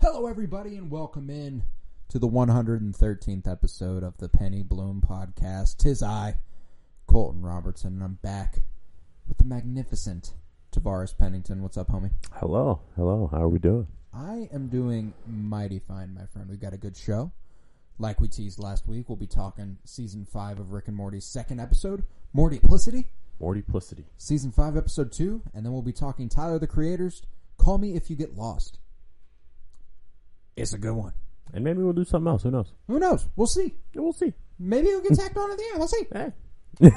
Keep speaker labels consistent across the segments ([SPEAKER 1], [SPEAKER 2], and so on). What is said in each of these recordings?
[SPEAKER 1] Hello, everybody, and welcome in to the 113th episode of the Penny Bloom Podcast. Tis I, Colton Robertson, and I'm back with the magnificent Tavares Pennington. What's up, homie?
[SPEAKER 2] Hello, hello. How are we doing?
[SPEAKER 1] I am doing mighty fine, my friend. We've got a good show. Like we teased last week, we'll be talking season five of Rick and Morty's second episode, Mortyplicity,
[SPEAKER 2] Mortiplicity.
[SPEAKER 1] season five, episode two, and then we'll be talking Tyler the Creators. Call me if you get lost. It's a good one.
[SPEAKER 2] And maybe we'll do something else. Who knows?
[SPEAKER 1] Who knows? We'll see.
[SPEAKER 2] Yeah, We'll see.
[SPEAKER 1] Maybe it'll get tacked on at the end. We'll see.
[SPEAKER 2] Eh.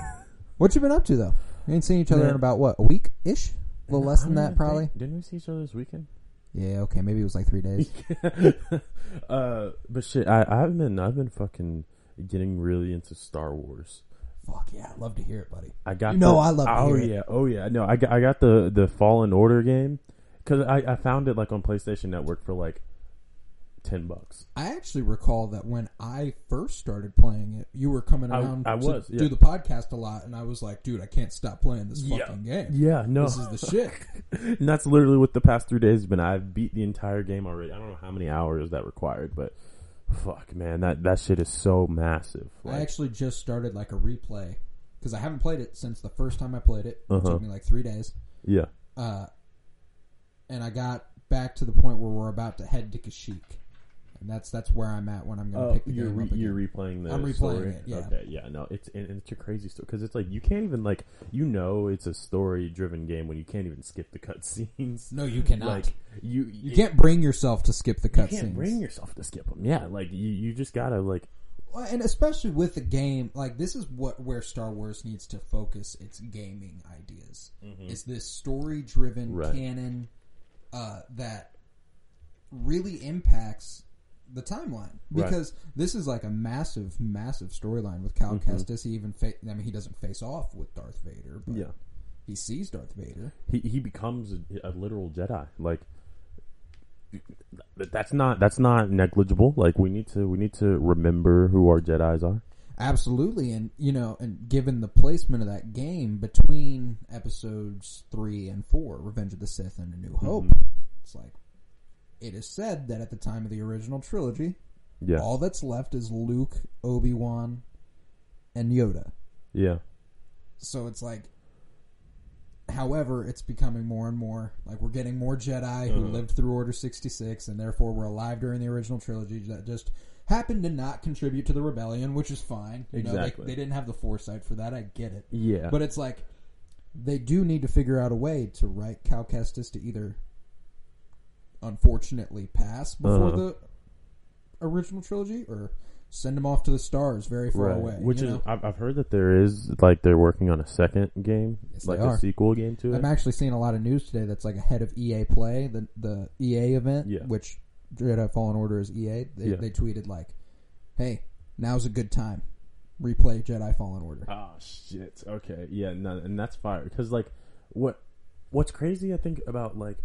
[SPEAKER 1] What you been up to though? We ain't seen each other in
[SPEAKER 2] Yeah.
[SPEAKER 1] about what a week ish, a little less
[SPEAKER 2] I
[SPEAKER 1] than
[SPEAKER 2] don't
[SPEAKER 1] that
[SPEAKER 2] even
[SPEAKER 1] probably.
[SPEAKER 2] think- didn't we see each other this weekend?
[SPEAKER 1] Yeah, okay, maybe it was like three days.
[SPEAKER 2] Uh, but shit, I, I've been, I've been fucking getting really into Star Wars.
[SPEAKER 1] Fuck yeah, I'd love to hear it, buddy.
[SPEAKER 2] I got
[SPEAKER 1] You know
[SPEAKER 2] the-
[SPEAKER 1] I love to
[SPEAKER 2] Oh
[SPEAKER 1] hear it.
[SPEAKER 2] yeah, oh yeah. No, I got, I got the the Fallen Order game because I, I found it like on PlayStation Network for like ten bucks.
[SPEAKER 1] I actually recall that when I first started playing it, you were coming
[SPEAKER 2] I-
[SPEAKER 1] around
[SPEAKER 2] I
[SPEAKER 1] to
[SPEAKER 2] was, yeah.
[SPEAKER 1] do the podcast a lot, and I was like, dude, I can't stop playing this
[SPEAKER 2] Yeah.
[SPEAKER 1] fucking game.
[SPEAKER 2] Yeah, no,
[SPEAKER 1] This is the shit.
[SPEAKER 2] and that's literally what the past three days has been. I've beat the entire game already. I don't know how many hours that required, but fuck, man, that that shit is so massive.
[SPEAKER 1] I
[SPEAKER 2] Like,
[SPEAKER 1] actually just started like a replay because I haven't played it since the first time I played it. It
[SPEAKER 2] Uh-huh.
[SPEAKER 1] took me like three days.
[SPEAKER 2] yeah,
[SPEAKER 1] uh, and I got back to the point where we're about to head to Kashyyyk, and that's that's where I'm at when I'm going to
[SPEAKER 2] oh,
[SPEAKER 1] pick the
[SPEAKER 2] you're
[SPEAKER 1] game
[SPEAKER 2] re-
[SPEAKER 1] up again.
[SPEAKER 2] you're replaying the.
[SPEAKER 1] I'm replaying
[SPEAKER 2] story?
[SPEAKER 1] it, yeah.
[SPEAKER 2] Okay, yeah, no, it's and and it's a crazy story because it's like you can't even like you know it's a story driven game when you can't even skip the cutscenes.
[SPEAKER 1] no, you cannot.
[SPEAKER 2] Like you,
[SPEAKER 1] you can't bring yourself to skip the
[SPEAKER 2] You can't bring
[SPEAKER 1] cutscenes,
[SPEAKER 2] yourself to skip them. Yeah, like you, you just gotta like
[SPEAKER 1] Well, and especially with the game. Like this is what where Star Wars needs to focus its gaming ideas. Is this story driven
[SPEAKER 2] Mm-hmm. Right.
[SPEAKER 1] canon uh, that really impacts the timeline
[SPEAKER 2] Right.
[SPEAKER 1] because this is like a massive, massive storyline with Cal
[SPEAKER 2] Mm-hmm.
[SPEAKER 1] Kestis. He even fa- I mean, he doesn't face off with Darth Vader, but
[SPEAKER 2] yeah.
[SPEAKER 1] he sees Darth Vader.
[SPEAKER 2] he he becomes a, a literal Jedi. Like th- that's not that's not negligible. Like we need to we need to remember who our Jedi's are.
[SPEAKER 1] Absolutely, and you know, and given the placement of that game between episodes three and four, Revenge of the Sith and A New Hope, it's like it is said that at the time of the original trilogy,
[SPEAKER 2] Yeah,
[SPEAKER 1] all that's left is Luke, Obi Wan, and Yoda.
[SPEAKER 2] yeah,
[SPEAKER 1] So it's like, however, it's becoming more and more like we're getting more Jedi who
[SPEAKER 2] Uh-huh.
[SPEAKER 1] lived through Order 66 and therefore were alive during the original trilogy that just happened to not contribute to the rebellion, which is fine. You know,
[SPEAKER 2] Exactly.
[SPEAKER 1] they, they didn't have the foresight for that. I get it.
[SPEAKER 2] yeah.
[SPEAKER 1] But it's like, they do need to figure out a way to write Cal Kestis to either unfortunately pass before
[SPEAKER 2] Uh-huh.
[SPEAKER 1] the original trilogy or send him off to the stars very far
[SPEAKER 2] Right.
[SPEAKER 1] away.
[SPEAKER 2] Which
[SPEAKER 1] you
[SPEAKER 2] is
[SPEAKER 1] know?
[SPEAKER 2] I've, I've heard that there is like they're working on a second game,
[SPEAKER 1] Yes,
[SPEAKER 2] like
[SPEAKER 1] they are.
[SPEAKER 2] a sequel game to it.
[SPEAKER 1] I'm actually seeing a lot of news today that's like ahead of EA Play, the the EA event,
[SPEAKER 2] Yeah.
[SPEAKER 1] which Jedi Fallen Order is EA. They,
[SPEAKER 2] Yeah.
[SPEAKER 1] they tweeted like, "Hey, now's a good time. Replay Jedi Fallen Order."
[SPEAKER 2] Ah shit. Okay. Yeah. No, and that's fire because like what what's crazy I think about like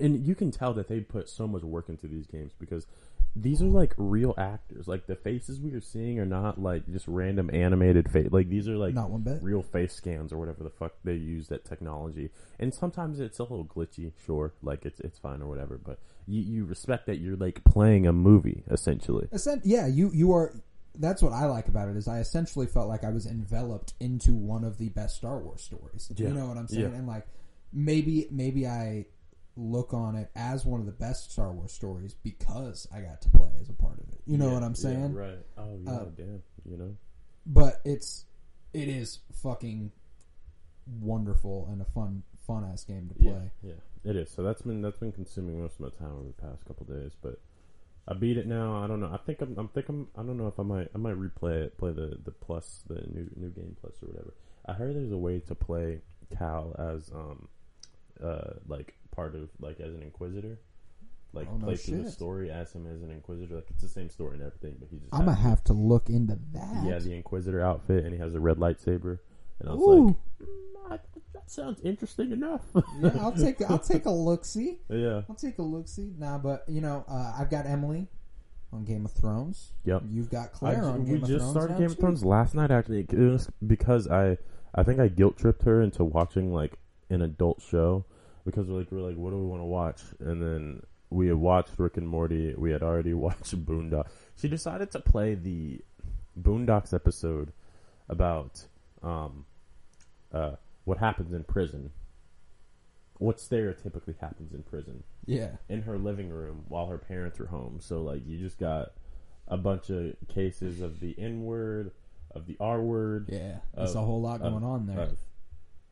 [SPEAKER 2] and you can tell that they put so much work into these games because these are like real actors. Like the faces we are seeing are not like just random animated face. Like these are like
[SPEAKER 1] Not one bit.
[SPEAKER 2] real face scans or whatever the fuck they use that technology. And sometimes it's a little glitchy, sure. Like it's it's fine or whatever, but you, you respect that you're like playing a movie essentially.
[SPEAKER 1] Essen- yeah, you you are. That's what I like about it is I essentially felt like I was enveloped into one of the best Star Wars stories.
[SPEAKER 2] Yeah.
[SPEAKER 1] You know what I'm saying?
[SPEAKER 2] Yeah.
[SPEAKER 1] And like maybe maybe I look on it as one of the best Star Wars stories because I got to play as a part of it. You know
[SPEAKER 2] Yeah,
[SPEAKER 1] what I'm
[SPEAKER 2] yeah,
[SPEAKER 1] saying?
[SPEAKER 2] right. Oh yeah,
[SPEAKER 1] Uh,
[SPEAKER 2] damn. You know.
[SPEAKER 1] but it's it is fucking wonderful and a fun fun ass game to play.
[SPEAKER 2] Yeah, yeah, it is. So that's been that's been consuming most of my time over the past couple days. But I beat it now. I don't know. I think I'm. I'm think I'm. I don't know if I might. I might replay it. Play the the plus the new new game plus or whatever. I heard there's a way to play Cal as um uh like part of like as an inquisitor. Like
[SPEAKER 1] Oh, no
[SPEAKER 2] play through the
[SPEAKER 1] shit.
[SPEAKER 2] story as him as an inquisitor. Like it's the same story and everything, but he just
[SPEAKER 1] I'm gonna
[SPEAKER 2] has-
[SPEAKER 1] have to look into that.
[SPEAKER 2] yeah the inquisitor outfit and he has a red lightsaber. And I was
[SPEAKER 1] Ooh,
[SPEAKER 2] like, "Mm, I- that sounds interesting enough.
[SPEAKER 1] yeah, I'll take I'll take a look. See,
[SPEAKER 2] yeah.
[SPEAKER 1] I'll take a look. See, nah, but you know, uh, I've got Emily on Game of Thrones.
[SPEAKER 2] Yep.
[SPEAKER 1] You've got
[SPEAKER 2] I
[SPEAKER 1] Claire
[SPEAKER 2] ju-
[SPEAKER 1] on
[SPEAKER 2] we
[SPEAKER 1] Game of
[SPEAKER 2] just
[SPEAKER 1] Thrones.
[SPEAKER 2] started
[SPEAKER 1] now,
[SPEAKER 2] Game of
[SPEAKER 1] too.
[SPEAKER 2] Thrones last night, actually, It was because I, I think I guilt tripped her into watching like an adult show because we're like, we're like, what do we want to watch? And then we had watched Rick and Morty. We had already watched Boondock. She decided to play the Boondocks episode about um, uh, what happens in prison. What stereotypically happens in prison
[SPEAKER 1] Yeah.
[SPEAKER 2] in her living room while her parents were home. So like you just got a bunch of cases of the N word, of the R word,
[SPEAKER 1] Yeah. There's
[SPEAKER 2] Of-
[SPEAKER 1] a whole lot
[SPEAKER 2] of-
[SPEAKER 1] going on there.
[SPEAKER 2] of-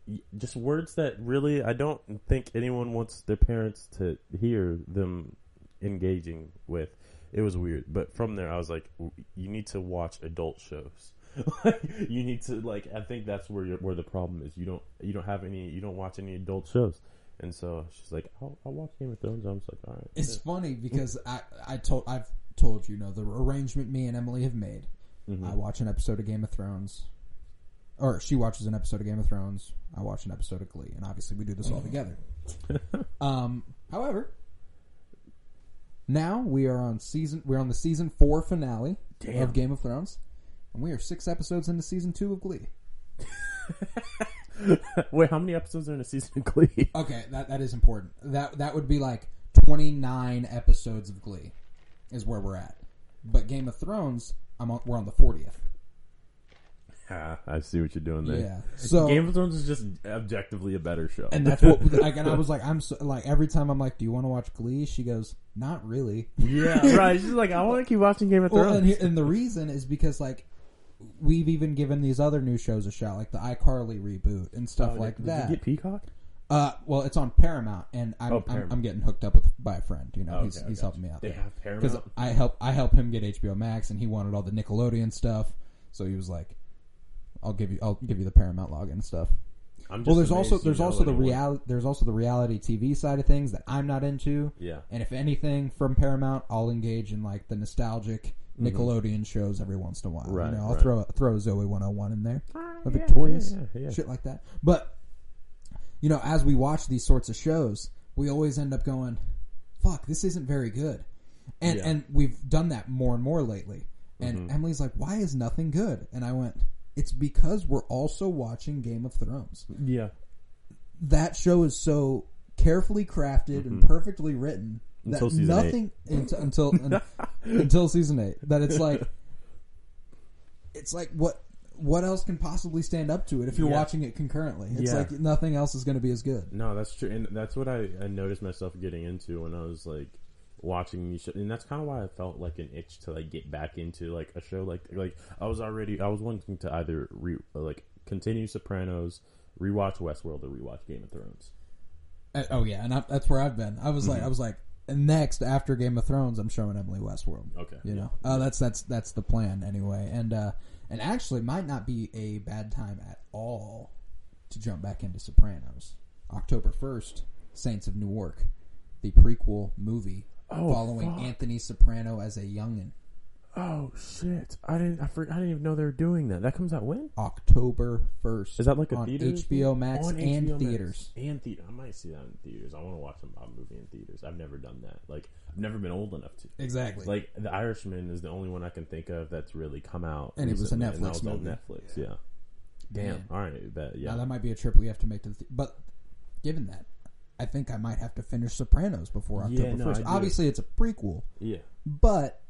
[SPEAKER 2] y- just words that really I don't think anyone wants their parents to hear them engaging with. It was weird, but from there I was like, w- you need to watch adult shows. Like, you need to like I think that's where you where the problem is. You don't you don't have any you don't watch any adult shows, and so she's like, I'll, I'll watch Game of Thrones. I was like, all right,
[SPEAKER 1] It's funny because I, I told I've told you, you know the arrangement me and Emily have made. I watch an episode of Game of Thrones, or she watches an episode of Game of Thrones. I watch an episode of Glee, and obviously we do this all together. um, however, now we are on season we're on the season four finale
[SPEAKER 2] Damn.
[SPEAKER 1] of Game of Thrones, and we are six episodes into season two of Glee.
[SPEAKER 2] Wait, how many episodes are in a season of Glee?
[SPEAKER 1] Okay, that that is important. That that would be like 29 episodes of Glee is where we're at. But Game of Thrones, I'm on, we're on the 40th.
[SPEAKER 2] Ah, I see what you're doing there.
[SPEAKER 1] Yeah. So
[SPEAKER 2] Game of Thrones is just objectively a better show.
[SPEAKER 1] and that's what like and I was like I'm so, like every time I'm like do you want to watch Glee? She goes, "Not really."
[SPEAKER 2] yeah, right. She's like, I want to keep watching Game of Thrones.
[SPEAKER 1] Well, and, here- and the reason is because like we've even given these other new shows a shot like the iCarly reboot and stuff like
[SPEAKER 2] Oh, Did
[SPEAKER 1] that.
[SPEAKER 2] you get Peacock?
[SPEAKER 1] uh well, it's on Paramount and I'm
[SPEAKER 2] Oh,
[SPEAKER 1] I'm,
[SPEAKER 2] Paramount.
[SPEAKER 1] I'm getting hooked up with by a friend, you know.
[SPEAKER 2] Okay,
[SPEAKER 1] he's
[SPEAKER 2] I
[SPEAKER 1] he's
[SPEAKER 2] got
[SPEAKER 1] helping me out.
[SPEAKER 2] They
[SPEAKER 1] there.
[SPEAKER 2] have
[SPEAKER 1] because
[SPEAKER 2] Paramount.
[SPEAKER 1] I help I help him get HBO Max, and he wanted all the Nickelodeon stuff. So he was like, "I'll give you I'll give you the Paramount login and stuff."
[SPEAKER 2] I'm just
[SPEAKER 1] Well, there's
[SPEAKER 2] amazed
[SPEAKER 1] also
[SPEAKER 2] you
[SPEAKER 1] there's
[SPEAKER 2] know
[SPEAKER 1] also the
[SPEAKER 2] anyone.
[SPEAKER 1] reality there's also the reality TV side of things that I'm not into.
[SPEAKER 2] Yeah.
[SPEAKER 1] And if anything from Paramount, I'll engage in like the nostalgic Nickelodeon shows every once in a while.
[SPEAKER 2] Mm-hmm. Right,
[SPEAKER 1] You know, I'll
[SPEAKER 2] right. Ah,
[SPEAKER 1] throw throw Zoe 101 in there, or
[SPEAKER 2] yeah,
[SPEAKER 1] Victorious,
[SPEAKER 2] yeah, yeah.
[SPEAKER 1] shit like that. But you know, as we watch these sorts of shows, we always end up going, "Fuck, this isn't very good," and
[SPEAKER 2] Yeah. Mm-hmm.
[SPEAKER 1] and we've done that more and more lately. And Emily's like, "Why is nothing good?" And I went, "It's because we're also watching Game of Thrones."
[SPEAKER 2] Yeah.
[SPEAKER 1] that show is so carefully crafted and perfectly written that
[SPEAKER 2] Mm-hmm. Until season
[SPEAKER 1] nothing unt- until un- until season eight that it's like it's like what what else can possibly stand up to it if you're
[SPEAKER 2] Yeah.
[SPEAKER 1] watching it concurrently it's
[SPEAKER 2] Yeah.
[SPEAKER 1] like nothing else is going to be as good
[SPEAKER 2] No, that's true, and that's what I, I noticed myself getting into when I was like watching these shows, and that's kind of why I felt like an itch to like get back into like a show like like I was already I was wanting to either re like continue Sopranos, rewatch Westworld, or rewatch Game of Thrones.
[SPEAKER 1] Uh, oh yeah and I, that's where i've been i was
[SPEAKER 2] Mm-hmm.
[SPEAKER 1] like i was like and next after game of thrones i'm showing emily westworld
[SPEAKER 2] Okay,
[SPEAKER 1] you know uh, that's that's that's the plan anyway and uh and actually might not be a bad time at all to jump back into sopranos october 1st saints of newark the prequel movie
[SPEAKER 2] Oh,
[SPEAKER 1] following
[SPEAKER 2] fuck.
[SPEAKER 1] anthony soprano as a youngin
[SPEAKER 2] Oh shit! I didn't I, for, I didn't even know they were doing that. That comes out when?
[SPEAKER 1] october 1st
[SPEAKER 2] Is that like a
[SPEAKER 1] on
[SPEAKER 2] theater?
[SPEAKER 1] hbo max
[SPEAKER 2] On
[SPEAKER 1] and
[SPEAKER 2] HBO Max.
[SPEAKER 1] theaters
[SPEAKER 2] And theater. I might see that in theaters. I want to watch a Bob movie in theaters. I've never done that. Like I've never been old enough to.
[SPEAKER 1] exactly
[SPEAKER 2] Like The Irishman is the only one I can think of that's really come out.
[SPEAKER 1] And it was a
[SPEAKER 2] recently, and that
[SPEAKER 1] Netflix
[SPEAKER 2] was on
[SPEAKER 1] movie.
[SPEAKER 2] Netflix, yeah. Damn. All right, bet.
[SPEAKER 1] Now,
[SPEAKER 2] Yeah.
[SPEAKER 1] Uh, that might be a trip we have to make to the. Th- but given that, I think I might have to finish Sopranos before
[SPEAKER 2] Yeah,
[SPEAKER 1] October
[SPEAKER 2] no,
[SPEAKER 1] first.
[SPEAKER 2] I do.
[SPEAKER 1] Obviously, it's a prequel,
[SPEAKER 2] yeah.
[SPEAKER 1] but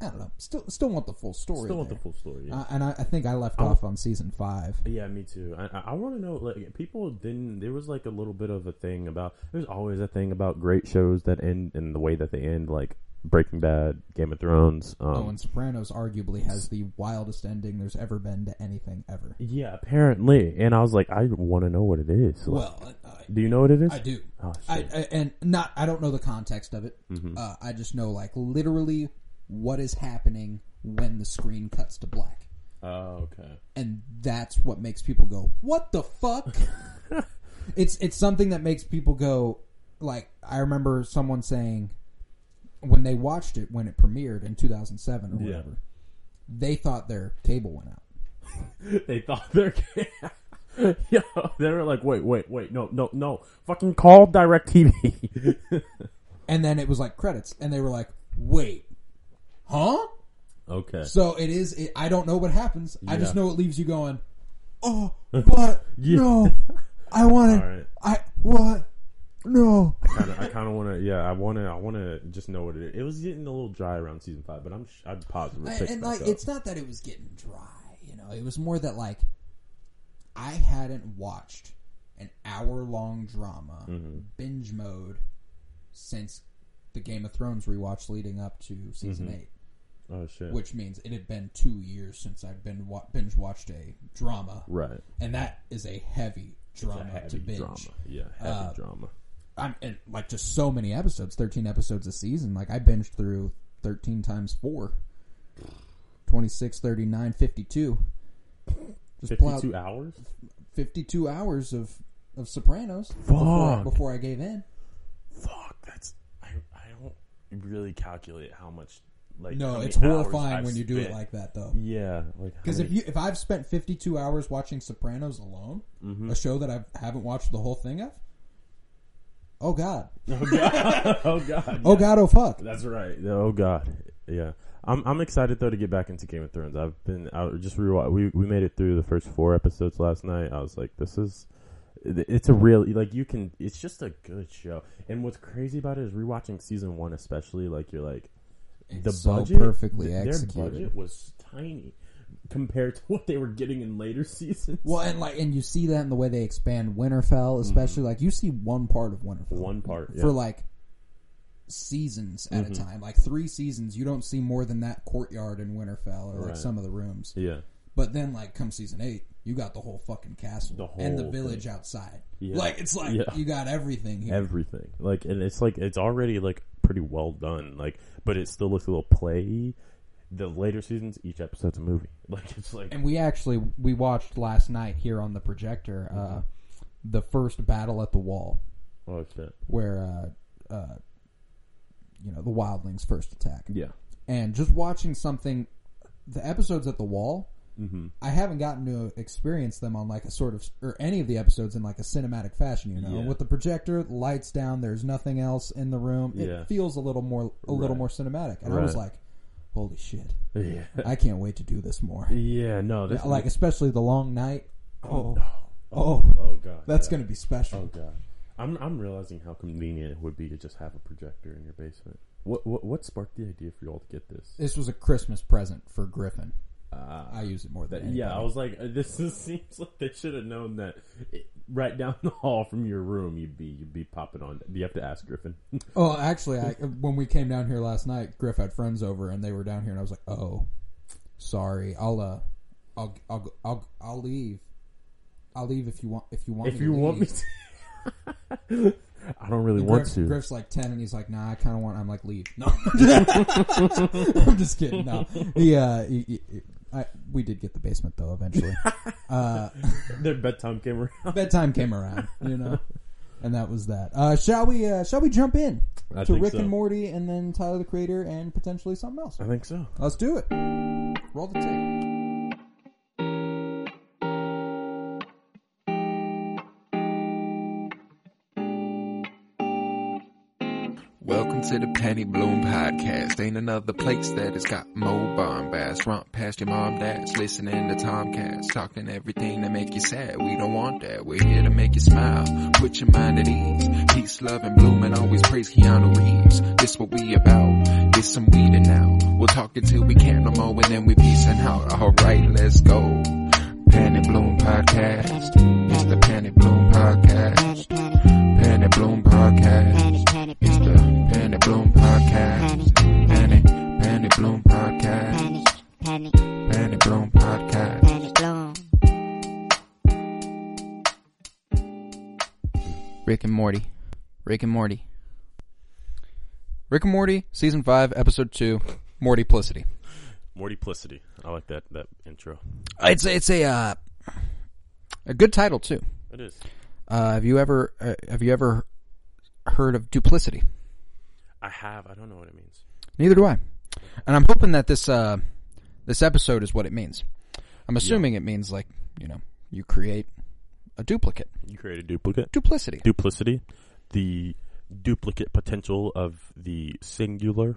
[SPEAKER 1] I don't know. Still, still want the full story.
[SPEAKER 2] Still want the
[SPEAKER 1] there.
[SPEAKER 2] full story. Yeah. Oh.
[SPEAKER 1] Uh, and I, I think I left off on season five.
[SPEAKER 2] Yeah, me too. I, I- I want to know. Like, people didn't. There was like a little bit of a thing about. There's always a thing about great shows that end and the way that they end, like Breaking Bad, Game of Thrones. Um,
[SPEAKER 1] Oh, and Sopranos arguably has the wildest ending there's ever been to anything ever.
[SPEAKER 2] yeah, apparently. And I was like, I want to know what it is. Like,
[SPEAKER 1] Well, I,
[SPEAKER 2] do you know what it is?
[SPEAKER 1] I do.
[SPEAKER 2] Oh, Mm-hmm.
[SPEAKER 1] I,
[SPEAKER 2] shit.
[SPEAKER 1] I and not I don't know the context of it. Uh, I just know like literally what is happening when the screen cuts to black.
[SPEAKER 2] oh, okay.
[SPEAKER 1] and that's what makes people go, "What the fuck?" it's it's something that makes people go. Like I remember someone saying when they watched it when it premiered in 2007 or
[SPEAKER 2] Yeah.
[SPEAKER 1] whatever, they thought their cable went out.
[SPEAKER 2] they thought they're. Yo, they were like, wait, wait, wait, no, no, no, fucking call Directv.
[SPEAKER 1] And then it was like credits, and they were like, "Wait, huh?"
[SPEAKER 2] okay.
[SPEAKER 1] So it is. It, I don't know what happens. I just
[SPEAKER 2] Yeah.
[SPEAKER 1] know it leaves you going, "Oh, but
[SPEAKER 2] Yeah.
[SPEAKER 1] no, I wanted.
[SPEAKER 2] All right.
[SPEAKER 1] I what? No.
[SPEAKER 2] Kinda, I kind of want to. Yeah, I want to. I want to just know what it is. It was getting a little dry around season five, but I'm sh- I'm positive.
[SPEAKER 1] I-
[SPEAKER 2] It picked
[SPEAKER 1] and
[SPEAKER 2] back
[SPEAKER 1] like,
[SPEAKER 2] up.
[SPEAKER 1] it's not that it was getting dry. You know, it was more that like I hadn't watched an hour long drama
[SPEAKER 2] Mm-hmm.
[SPEAKER 1] binge mode since the Game of Thrones rewatch leading up to season eight,
[SPEAKER 2] oh shit.
[SPEAKER 1] which means it had been two years since I'd been wa- binge watched a drama,
[SPEAKER 2] right.
[SPEAKER 1] and that is a heavy
[SPEAKER 2] A
[SPEAKER 1] drama
[SPEAKER 2] heavy
[SPEAKER 1] to binge.
[SPEAKER 2] drama. Yeah, heavy drama.
[SPEAKER 1] I'm and like just so many episodes, thirteen episodes a season. Like I binged through thirteen times four. 26, 39, 52. Just plowed
[SPEAKER 2] Fifty-two hours.
[SPEAKER 1] 52 hours of, of Sopranos before,
[SPEAKER 2] Fuck.
[SPEAKER 1] before I gave in.
[SPEAKER 2] Fuck, that's I. I don't really calculate how much. Like how
[SPEAKER 1] No,
[SPEAKER 2] many
[SPEAKER 1] it's
[SPEAKER 2] hours
[SPEAKER 1] horrifying
[SPEAKER 2] I've
[SPEAKER 1] when you do it
[SPEAKER 2] spent. Mm.
[SPEAKER 1] like that though.
[SPEAKER 2] Yeah, like how
[SPEAKER 1] Because Mm. if
[SPEAKER 2] many-
[SPEAKER 1] you if I've spent 52 hours watching Sopranos alone,
[SPEAKER 2] Mm-hmm.
[SPEAKER 1] a show that I haven't watched the whole thing of, oh god,
[SPEAKER 2] oh god,
[SPEAKER 1] oh god, oh fuck,
[SPEAKER 2] That's right. Oh God, yeah. I'm I'm excited though to get back into Game of Thrones. I've been I just rewatch. We we made it through the first four episodes last night. I was like, this is. it- It's a real like you can. It's just a good show. And what's crazy about it is rewatching season one, especially like you're like the
[SPEAKER 1] so
[SPEAKER 2] budget
[SPEAKER 1] perfectly
[SPEAKER 2] th- their
[SPEAKER 1] executed.
[SPEAKER 2] budget was tiny compared to what they were getting in later seasons.
[SPEAKER 1] Well, and like, and you see that in the way they expand Winterfell, especially like you see one part of Winterfell
[SPEAKER 2] One part Mm-hmm. yeah. Mm-hmm.
[SPEAKER 1] for like seasons at a time, like three seasons. You don't see more than that courtyard in Winterfell or like
[SPEAKER 2] Right.
[SPEAKER 1] some of the rooms.
[SPEAKER 2] yeah.
[SPEAKER 1] But then, like, come season eight, you got the whole fucking castle
[SPEAKER 2] The whole
[SPEAKER 1] and the
[SPEAKER 2] thing.
[SPEAKER 1] village outside.
[SPEAKER 2] Yeah.
[SPEAKER 1] Like, it's like
[SPEAKER 2] Yeah.
[SPEAKER 1] you got everything here.
[SPEAKER 2] everything. Like, and it's like it's already like pretty well done. Like, but it still looks a little play. The later seasons, each episode's a movie. Like, it's like
[SPEAKER 1] and we actually we watched last night here on the projector uh,
[SPEAKER 2] Mm-hmm.
[SPEAKER 1] the first battle at the wall
[SPEAKER 2] oh shit,
[SPEAKER 1] where uh, uh, you know the wildlings first attack.
[SPEAKER 2] yeah,
[SPEAKER 1] and just watching something the episodes at the wall
[SPEAKER 2] Mm-hmm.
[SPEAKER 1] i haven't gotten to experience them on like a sort of or any of the episodes in like a cinematic fashion you know
[SPEAKER 2] Yeah.
[SPEAKER 1] with the projector lights down there's nothing else in the room it
[SPEAKER 2] Yeah.
[SPEAKER 1] feels a little more a little
[SPEAKER 2] Right.
[SPEAKER 1] more cinematic and i was
[SPEAKER 2] Right.
[SPEAKER 1] like holy shit
[SPEAKER 2] yeah,
[SPEAKER 1] i can't wait to do this more
[SPEAKER 2] yeah. No, this
[SPEAKER 1] like especially the long night oh oh,
[SPEAKER 2] oh god,
[SPEAKER 1] that's
[SPEAKER 2] yeah.
[SPEAKER 1] gonna be special
[SPEAKER 2] oh god. I'm I'm realizing how convenient it would be to just have a projector in your basement. What what what sparked the idea for y'all to get this?
[SPEAKER 1] this was a christmas present for griffin
[SPEAKER 2] Uh,
[SPEAKER 1] i use it more than
[SPEAKER 2] That- yeah, I
[SPEAKER 1] anybody.
[SPEAKER 2] was like, uh, this is, seems like they should have known that it, right down the hall from your room, you'd be you'd be popping on. Do you have to ask Griffin?
[SPEAKER 1] Oh, actually, I, when we came down here last night, Griff had friends over, and they were down here, and I was like, "Oh, sorry, I'll uh, I'll I'll I'll, I'll leave. I'll leave if you want if you want
[SPEAKER 2] if
[SPEAKER 1] me to
[SPEAKER 2] you want me
[SPEAKER 1] leave."
[SPEAKER 2] to. I don't really
[SPEAKER 1] And
[SPEAKER 2] want
[SPEAKER 1] Griff-
[SPEAKER 2] to.
[SPEAKER 1] Griff's like ten, and he's like, "Nah, I kind of want." I'm like, "Leave." No, I'm just kidding. No, uh, yeah, I, we did get the basement though eventually.
[SPEAKER 2] Their bedtime came around.
[SPEAKER 1] Bedtime came around, you know, and that was that. Uh, shall we? Uh, shall we jump in
[SPEAKER 2] I
[SPEAKER 1] to
[SPEAKER 2] think
[SPEAKER 1] Rick
[SPEAKER 2] so.
[SPEAKER 1] and Morty, and then Tyler the Creator, and potentially something else?
[SPEAKER 2] I think so.
[SPEAKER 1] Let's do it. Roll the tape.
[SPEAKER 3] Welcome to the Patty Bloom Podcast. Ain't another place that has got more bombast. Romp past your mom, dad's listening to Tomcats. Talking everything that make you sad. We don't want that. We're here to make you smile. Put your mind at ease. Peace, love, and bloom, and always praise Keanu Reeves. This what we about. This some weeding now. We'll talk until we can't no more, and then we peacing out. Alright, let's go. Patty Bloom Podcast. It's the Patty Bloom Podcast. Patty Bloom Podcast. It's the Panic Bloom Podcast. Panic, Panic Bloom Podcast. Panic Bloom Podcast. Rick and Morty. Rick and Morty.
[SPEAKER 1] Rick and Morty, season five, episode two, Mortyplicity.
[SPEAKER 2] Mortyplicity. I like that that intro.
[SPEAKER 1] It's it's a uh, a good title too.
[SPEAKER 2] It is.
[SPEAKER 1] Uh, have you ever uh, have you ever heard of duplicity?
[SPEAKER 2] I have. I don't know what it means.
[SPEAKER 1] Neither do I. And I'm hoping that this uh, this episode is what it means. I'm assuming it means like you know you create a duplicate,
[SPEAKER 2] You create a duplicate.
[SPEAKER 1] duplicity.
[SPEAKER 2] Duplicity. The duplicate potential of the singular.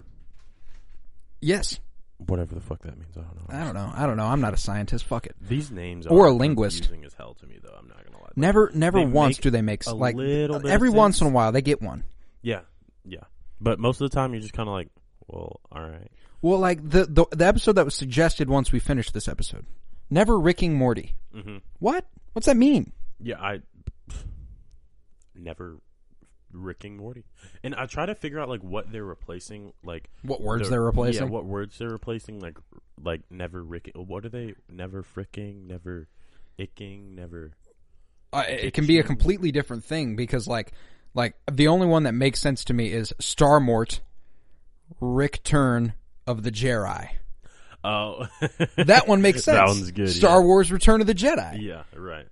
[SPEAKER 1] yes,
[SPEAKER 2] whatever the fuck that means. I don't know.
[SPEAKER 1] I don't know. I don't know. I'm not a scientist. Fuck it.
[SPEAKER 2] These names
[SPEAKER 1] Uh, Or
[SPEAKER 2] are
[SPEAKER 1] a linguist.
[SPEAKER 2] confusing as hell to me, though. I'm not gonna lie. Like,
[SPEAKER 1] Never, never
[SPEAKER 2] they
[SPEAKER 1] once
[SPEAKER 2] make
[SPEAKER 1] do they make s-
[SPEAKER 2] a
[SPEAKER 1] like
[SPEAKER 2] little bit of
[SPEAKER 1] every once in
[SPEAKER 2] sense.
[SPEAKER 1] a while they get one.
[SPEAKER 2] Yeah, yeah. But most of the time, you're just kind of like, well, all right.
[SPEAKER 1] Well, like the, the the episode that was suggested once we finished this episode, never Ricking Morty.
[SPEAKER 2] Mm-hmm.
[SPEAKER 1] What? What's that mean?
[SPEAKER 2] Yeah, I never Ricking Morty, and I try to figure out like what they're replacing, like
[SPEAKER 1] What words
[SPEAKER 2] the-
[SPEAKER 1] they're replacing?
[SPEAKER 2] Yeah, what words they're replacing? Like, like never Ricking. What are they? Never fricking. Never icking. Never.
[SPEAKER 1] uh, it can be a completely different thing because like like the only one that makes sense to me is Starmort, Rick Turn of the Jedi.
[SPEAKER 2] Oh,
[SPEAKER 1] That one makes sense.
[SPEAKER 2] That one's good.
[SPEAKER 1] Star
[SPEAKER 2] yeah.
[SPEAKER 1] Wars: Return of the Jedi.
[SPEAKER 2] Yeah, right.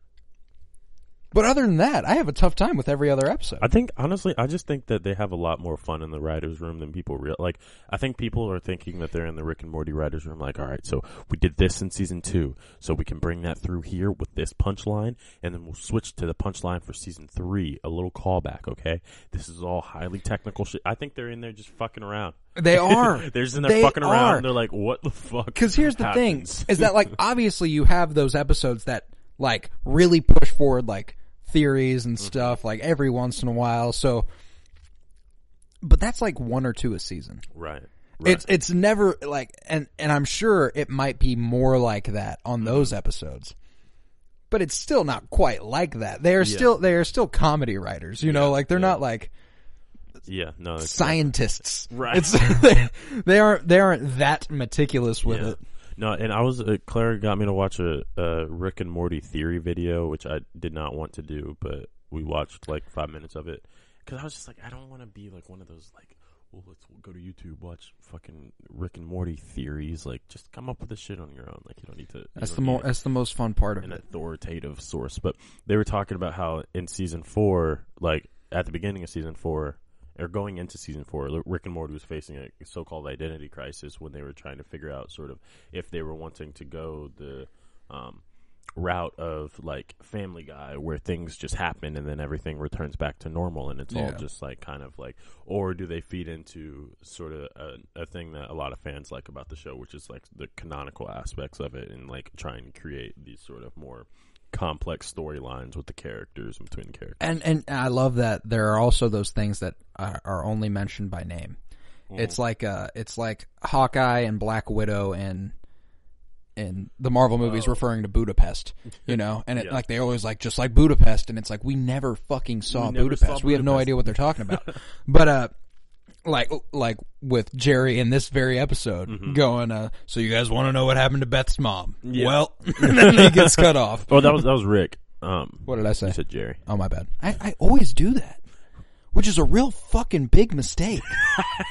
[SPEAKER 1] But other than that, I have a tough time with every other episode.
[SPEAKER 2] I think honestly, I just think that they have a lot more fun in the writers' room than people real. Like, I think people are thinking that they're in the Rick and Morty writers' room. Like, all right, so we did this in season two, so we can bring that through here with this punchline, and then we'll switch to the punchline for season three. A little callback, okay? This is all highly technical shit. I think they're in there just fucking around.
[SPEAKER 1] They are.
[SPEAKER 2] they're just in there
[SPEAKER 1] They
[SPEAKER 2] fucking around.
[SPEAKER 1] are.
[SPEAKER 2] And they're like, what the fuck?
[SPEAKER 1] Because here's the thing:
[SPEAKER 2] happens?"
[SPEAKER 1] is that like obviously you have those episodes that like really push forward like theories
[SPEAKER 2] Mm-hmm.
[SPEAKER 1] and stuff like every once in a while. So, but that's like one or two a season.
[SPEAKER 2] right? Right.
[SPEAKER 1] It's it's never like and and I'm sure it might be more like that on
[SPEAKER 2] Mm-hmm.
[SPEAKER 1] those episodes. But it's still not quite like that. They are still they are still comedy writers, you know, like they're not like
[SPEAKER 2] yeah, no, that's-
[SPEAKER 1] scientists.
[SPEAKER 2] Right.
[SPEAKER 1] It's they, they aren't they aren't that meticulous with
[SPEAKER 2] Yeah.
[SPEAKER 1] it.
[SPEAKER 2] No, and I was uh, Claire got me to watch a, a Rick and Morty theory video, which I did not want to do, but we watched like five minutes of it because I was just like, I don't want to be like one of those like, well, let's go to YouTube watch fucking Rick and Morty theories. Like, just come up with the shit on your own. Like, you don't need to. you
[SPEAKER 1] That's
[SPEAKER 2] don't
[SPEAKER 1] the
[SPEAKER 2] need
[SPEAKER 1] more that's the most fun part of
[SPEAKER 2] an
[SPEAKER 1] it.
[SPEAKER 2] authoritative source, but they were talking about how in season four, like at the beginning of season four, or going into season four, Rick and Morty was facing a so-called identity crisis when they were trying to figure out sort of if they were wanting to go the um, route of like Family Guy, where things just happen and then everything returns back to normal, and it's all
[SPEAKER 1] Yeah.
[SPEAKER 2] just like kind of like, or do they feed into sort of a, a thing that a lot of fans like about the show, which is like the canonical aspects of it, and like try and create these sort of more complex storylines with the characters and between the characters.
[SPEAKER 1] And and I love that there are also those things that are, are only mentioned by name. It's like uh it's like Hawkeye and Black Widow and and the Marvel movies referring to Budapest, you know, and it, like they always like just like Budapest, and it's like we never fucking saw,
[SPEAKER 2] never
[SPEAKER 1] Budapest.
[SPEAKER 2] saw
[SPEAKER 1] We have no
[SPEAKER 2] Budapest.
[SPEAKER 1] idea what they're talking about, but uh, like like with Jerry in this very episode going, uh, so you guys want to know what happened to Beth's mom? Well, and then he gets cut off.
[SPEAKER 2] Oh, that was that was Rick. Um,
[SPEAKER 1] What did I say?
[SPEAKER 2] I said Jerry.
[SPEAKER 1] Oh my bad. I, I always do that, which is a real fucking big mistake.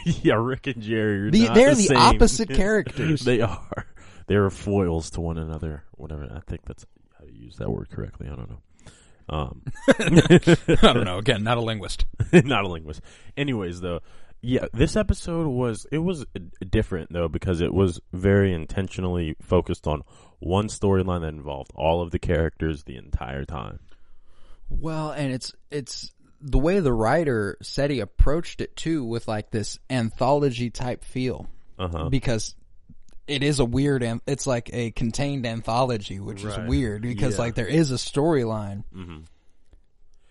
[SPEAKER 2] yeah, Rick and Jerry. Are
[SPEAKER 1] The-
[SPEAKER 2] not
[SPEAKER 1] they're the
[SPEAKER 2] same.
[SPEAKER 1] opposite characters.
[SPEAKER 2] they are. They are foils to one another. Whatever. I think that's how to use that word correctly. I don't know. Um,
[SPEAKER 1] I don't know. Again, not a linguist.
[SPEAKER 2] not a linguist. Anyways, though, yeah, this episode was it was uh, different though because it was very intentionally focused on one storyline that involved all of the characters the entire time.
[SPEAKER 1] Well, and it's it's the way the writer said he approached it too, with like this anthology type feel,
[SPEAKER 2] Uh-huh.
[SPEAKER 1] because it is a weird, an- it's like a contained anthology, which is weird because
[SPEAKER 2] Yeah.
[SPEAKER 1] like there is a storyline.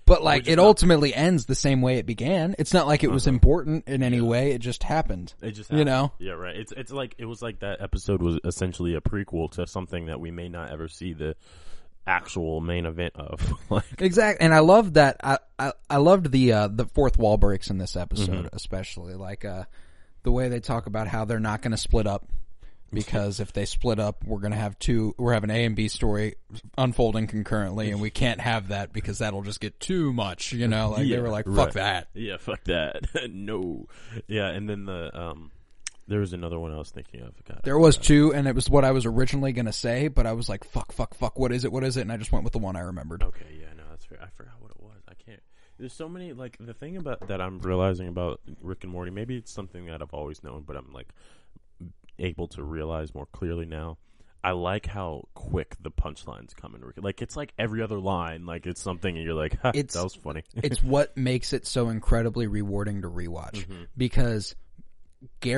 [SPEAKER 1] But like it ultimately ends the same way it began. It's not like it was important in any way. It just happened.
[SPEAKER 2] It just
[SPEAKER 1] You
[SPEAKER 2] happened.
[SPEAKER 1] know?
[SPEAKER 2] yeah, right. It's it's like it was like that episode was essentially a prequel to something that we may not ever see the actual main event of. like,
[SPEAKER 1] Exactly, and I love that. I I, I loved the uh, the fourth wall breaks in this episode,
[SPEAKER 2] Mm-hmm.
[SPEAKER 1] especially like uh, the way they talk about how they're not going to split up because if they split up, we're going to have two. We're having A and B story unfolding concurrently, and we can't have that because that'll just get too much. You know, like they
[SPEAKER 2] Yeah,
[SPEAKER 1] were like,
[SPEAKER 2] right.
[SPEAKER 1] "Fuck that."
[SPEAKER 2] yeah, fuck that. no. Yeah, and then the um, there was another one I was thinking of. God,
[SPEAKER 1] There was two, and it was what I was originally going to say, but I was like, "Fuck, fuck, fuck! What is it? What is it?" And I just went with the one I remembered.
[SPEAKER 2] Okay, yeah, no, that's fair. I forgot what it was. I can't. There's so many like the thing about that I'm realizing about Rick and Morty. Maybe it's something that I've always known, but I'm like able to realize more clearly now. I like how quick the punchlines come in Rick. Like it's like every other line, like it's something, and you're like, ha,
[SPEAKER 1] It's-
[SPEAKER 2] "That was funny." Mm-hmm.
[SPEAKER 1] it's what makes it so incredibly rewarding to rewatch because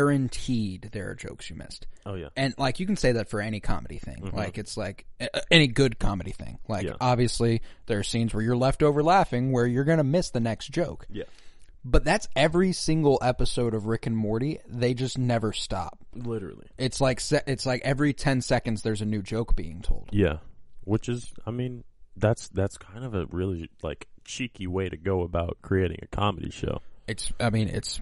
[SPEAKER 1] guaranteed there are jokes you missed.
[SPEAKER 2] Oh yeah.
[SPEAKER 1] And like you can say that for any comedy thing. Like it's like a- any good comedy thing. Like
[SPEAKER 2] Mm-hmm. Yeah.
[SPEAKER 1] obviously there are scenes where you're left over laughing where you're going to miss the next joke.
[SPEAKER 2] Yeah.
[SPEAKER 1] But that's every single episode of Rick and Morty. They just never stop.
[SPEAKER 2] Literally.
[SPEAKER 1] It's like se- it's like every 10 seconds there's a new joke being told.
[SPEAKER 2] Yeah. Which is I mean, that's that's kind of a really like cheeky way to go about creating a comedy show.
[SPEAKER 1] It's I mean it's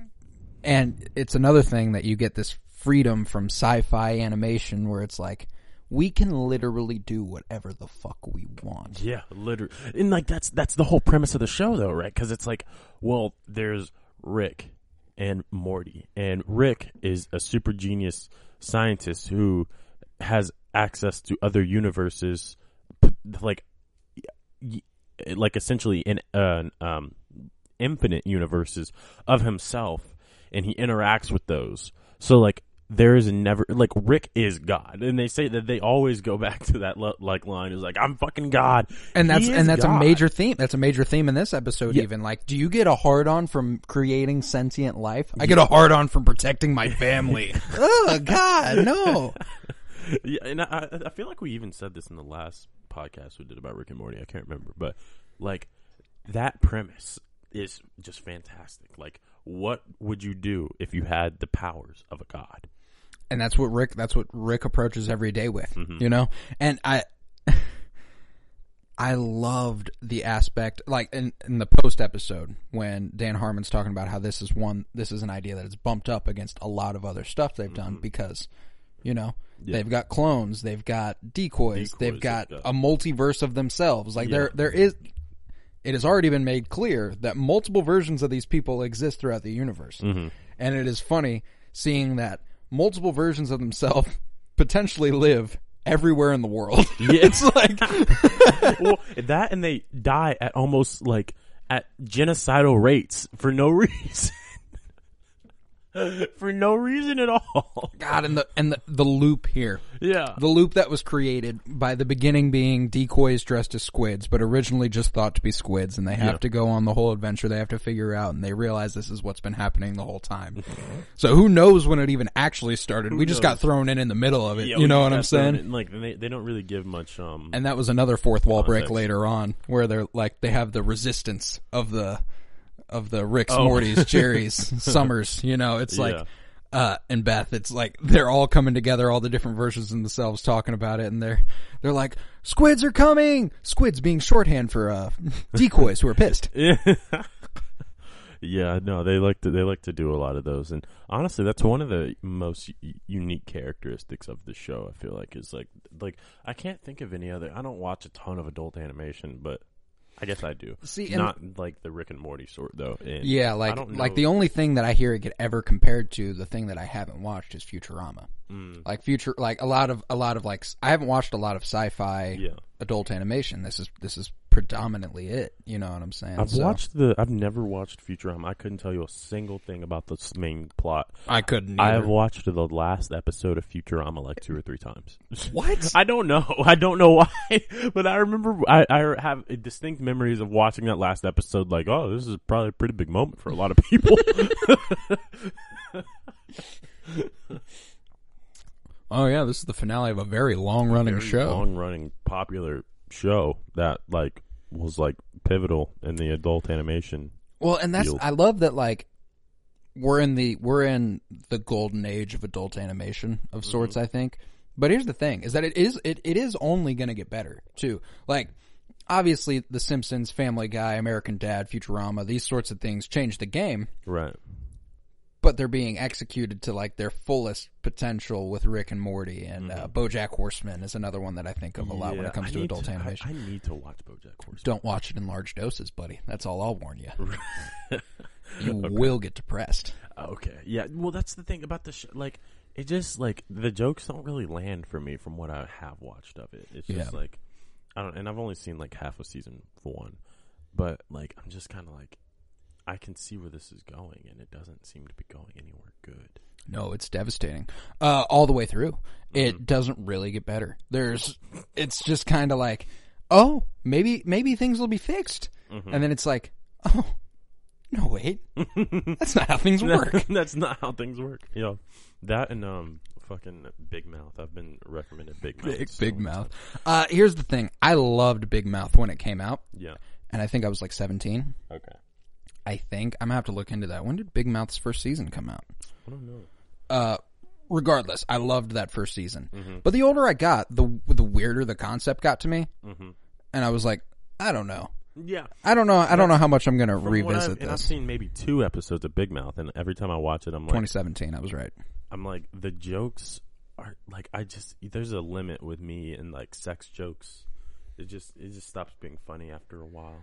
[SPEAKER 1] and it's another thing that you get this freedom from sci-fi animation where it's like we can literally do whatever the fuck we want.
[SPEAKER 2] Yeah, literally. And like that's that's the whole premise of the show though, right? Cuz it's like, well, there's Rick and Morty. And Rick is a super genius scientist who has access to other universes p- like y- y- like essentially in an um infinite universes of himself and he interacts with those. So like there is never like Rick is God, and they say that they always go back to that lo- like line is like I'm fucking God,
[SPEAKER 1] And
[SPEAKER 2] He
[SPEAKER 1] that's
[SPEAKER 2] is
[SPEAKER 1] and that's
[SPEAKER 2] God.
[SPEAKER 1] a major theme. That's a major theme in this episode.
[SPEAKER 2] Yeah.
[SPEAKER 1] Even like, do you get a hard on from creating sentient life? I get a hard on from protecting my family. oh God, no!
[SPEAKER 2] Yeah, and I, I- I feel like we even said this in the last podcast we did about Rick and Morty. I can't remember, but like that premise is just fantastic. Like, what would you do if you had the powers of a god?
[SPEAKER 1] And that's what Rick. That's what Rick approaches every day with. You know, and I. I loved the aspect, like in, in the post episode when Dan Harmon's talking about how this is one, this is an idea that is bumped up against a lot of other stuff they've done because, you know, they've got clones, they've got decoys, they've
[SPEAKER 2] Decoys,
[SPEAKER 1] got
[SPEAKER 2] they've got-
[SPEAKER 1] a multiverse of themselves. Like there, there is, it has already been made clear that multiple versions of these people exist throughout the universe,
[SPEAKER 2] Mm-hmm.
[SPEAKER 1] and it is funny seeing that multiple versions of themselves potentially live everywhere in the world. it's like.
[SPEAKER 2] well, that and they die at almost like at genocidal rates for no reason. for no reason at all.
[SPEAKER 1] God, and the and the, the loop here,
[SPEAKER 2] Yeah.
[SPEAKER 1] the loop that was created by the beginning being decoys dressed as squids, but originally just thought to be squids, and they have to go on the whole adventure. They have to figure out, and they realize this is what's been happening the whole time.
[SPEAKER 2] Mm-hmm.
[SPEAKER 1] so who knows when it even actually started? we just got thrown in in the middle of it.
[SPEAKER 2] Yeah,
[SPEAKER 1] you know
[SPEAKER 2] we
[SPEAKER 1] what I'm
[SPEAKER 2] just got thrown
[SPEAKER 1] saying?
[SPEAKER 2] in, Like they, they don't really give much. Um,
[SPEAKER 1] And that was another fourth wall break
[SPEAKER 2] Context.
[SPEAKER 1] later on, where they're like they have the resistance of the of the Ricks,
[SPEAKER 2] Oh.
[SPEAKER 1] Mortys, Jerry's, Summers. You know, it's like
[SPEAKER 2] Yeah.
[SPEAKER 1] uh, and Beth. It's like they're all coming together, all the different versions of themselves talking about it, and they're they're like, "Squids are coming!" Squids being shorthand for uh, decoys who are pissed.
[SPEAKER 2] yeah, no, they like to they like to do a lot of those, and honestly, that's one of the most u- unique characteristics of the show. I feel like is like like I can't think of any other. I don't watch a ton of adult animation, but I guess I do.
[SPEAKER 1] See, and-
[SPEAKER 2] not like the Rick and Morty sort though. And
[SPEAKER 1] Yeah,
[SPEAKER 2] I
[SPEAKER 1] like
[SPEAKER 2] don't
[SPEAKER 1] like
[SPEAKER 2] know-
[SPEAKER 1] the only thing that I hear it get ever compared to the thing that I haven't watched is Futurama.
[SPEAKER 2] Hmm.
[SPEAKER 1] Like future, like a lot of a lot of like s- I haven't watched a lot of sci-fi
[SPEAKER 2] Yeah.
[SPEAKER 1] adult animation. This is this is predominantly it. You know what I'm saying?
[SPEAKER 2] I've
[SPEAKER 1] So-
[SPEAKER 2] watched the. I've never watched Futurama. I couldn't tell you a single thing about the s- main plot.
[SPEAKER 1] I couldn't.
[SPEAKER 2] I
[SPEAKER 1] Either.
[SPEAKER 2] have watched the last episode of Futurama like two or three times.
[SPEAKER 1] what?
[SPEAKER 2] I don't know. I don't know why, but I remember I, I have distinct memories of watching that last episode. Like, oh, this is probably a pretty big moment for a lot of people.
[SPEAKER 1] oh yeah, this is the finale of a very long-running show.
[SPEAKER 2] Long running popular show that like was like pivotal in the adult animation.
[SPEAKER 1] Well, and that's
[SPEAKER 2] field.
[SPEAKER 1] I love that like we're in the we're in the golden age of adult animation of
[SPEAKER 2] Mm-hmm.
[SPEAKER 1] sorts, I think. But here's the thing is that it is it, it is only going to get better too. Like obviously The Simpsons, Family Guy, American Dad, Futurama, these sorts of things change the game,
[SPEAKER 2] Right.
[SPEAKER 1] but they're being executed to like their fullest potential with Rick and Morty and uh, BoJack Horseman is another one that I think of a lot when it comes to adult animation.
[SPEAKER 2] Mm-hmm. I, need to watch BoJack Horseman.
[SPEAKER 1] Don't watch it in large doses, buddy. That's all I'll warn you. you will get depressed.
[SPEAKER 2] Okay. Yeah. Well, that's the thing about the show. Like, it just like the jokes don't really land for me from what I have watched of it. It's just
[SPEAKER 1] Yeah.
[SPEAKER 2] like I don't, and I've only seen like half of season one, but like I'm just kind of like I can see where this is going, and it doesn't seem to be going anywhere good.
[SPEAKER 1] No, it's devastating. Uh, all the way through.
[SPEAKER 2] Mm-hmm.
[SPEAKER 1] It doesn't really get better. There's, it's just kind of
[SPEAKER 2] Mm-hmm.
[SPEAKER 1] like, oh, maybe, maybe things will be fixed. And then it's like, oh, No, wait. That's not how things work.
[SPEAKER 2] That's not how things work. Yeah, that and um, fucking Big Mouth. I've been recommended Big Mouth.
[SPEAKER 1] Big,
[SPEAKER 2] so
[SPEAKER 1] Big
[SPEAKER 2] much.
[SPEAKER 1] Mouth. Uh, here's the thing. I loved Big Mouth when it came out,
[SPEAKER 2] Yeah.
[SPEAKER 1] and I think I was like 17.
[SPEAKER 2] Okay.
[SPEAKER 1] I think I'm gonna have to look into that. When did Big Mouth's first season come out?
[SPEAKER 2] I don't know.
[SPEAKER 1] Uh, regardless, I loved that first season.
[SPEAKER 2] Mm-hmm.
[SPEAKER 1] But the older I got, the the weirder the concept got to me,
[SPEAKER 2] Mm-hmm.
[SPEAKER 1] and I was like, I don't know.
[SPEAKER 2] Yeah.
[SPEAKER 1] I don't know. I don't know how much I'm gonna
[SPEAKER 2] From what I've-
[SPEAKER 1] revisit
[SPEAKER 2] And I've
[SPEAKER 1] this.
[SPEAKER 2] seen maybe two episodes of Big Mouth, and every time I watch it, I'm like,
[SPEAKER 1] 2017. I was right.
[SPEAKER 2] I'm like, the jokes are like, I just there's a limit with me and like sex jokes. It just it just stops being funny after a while.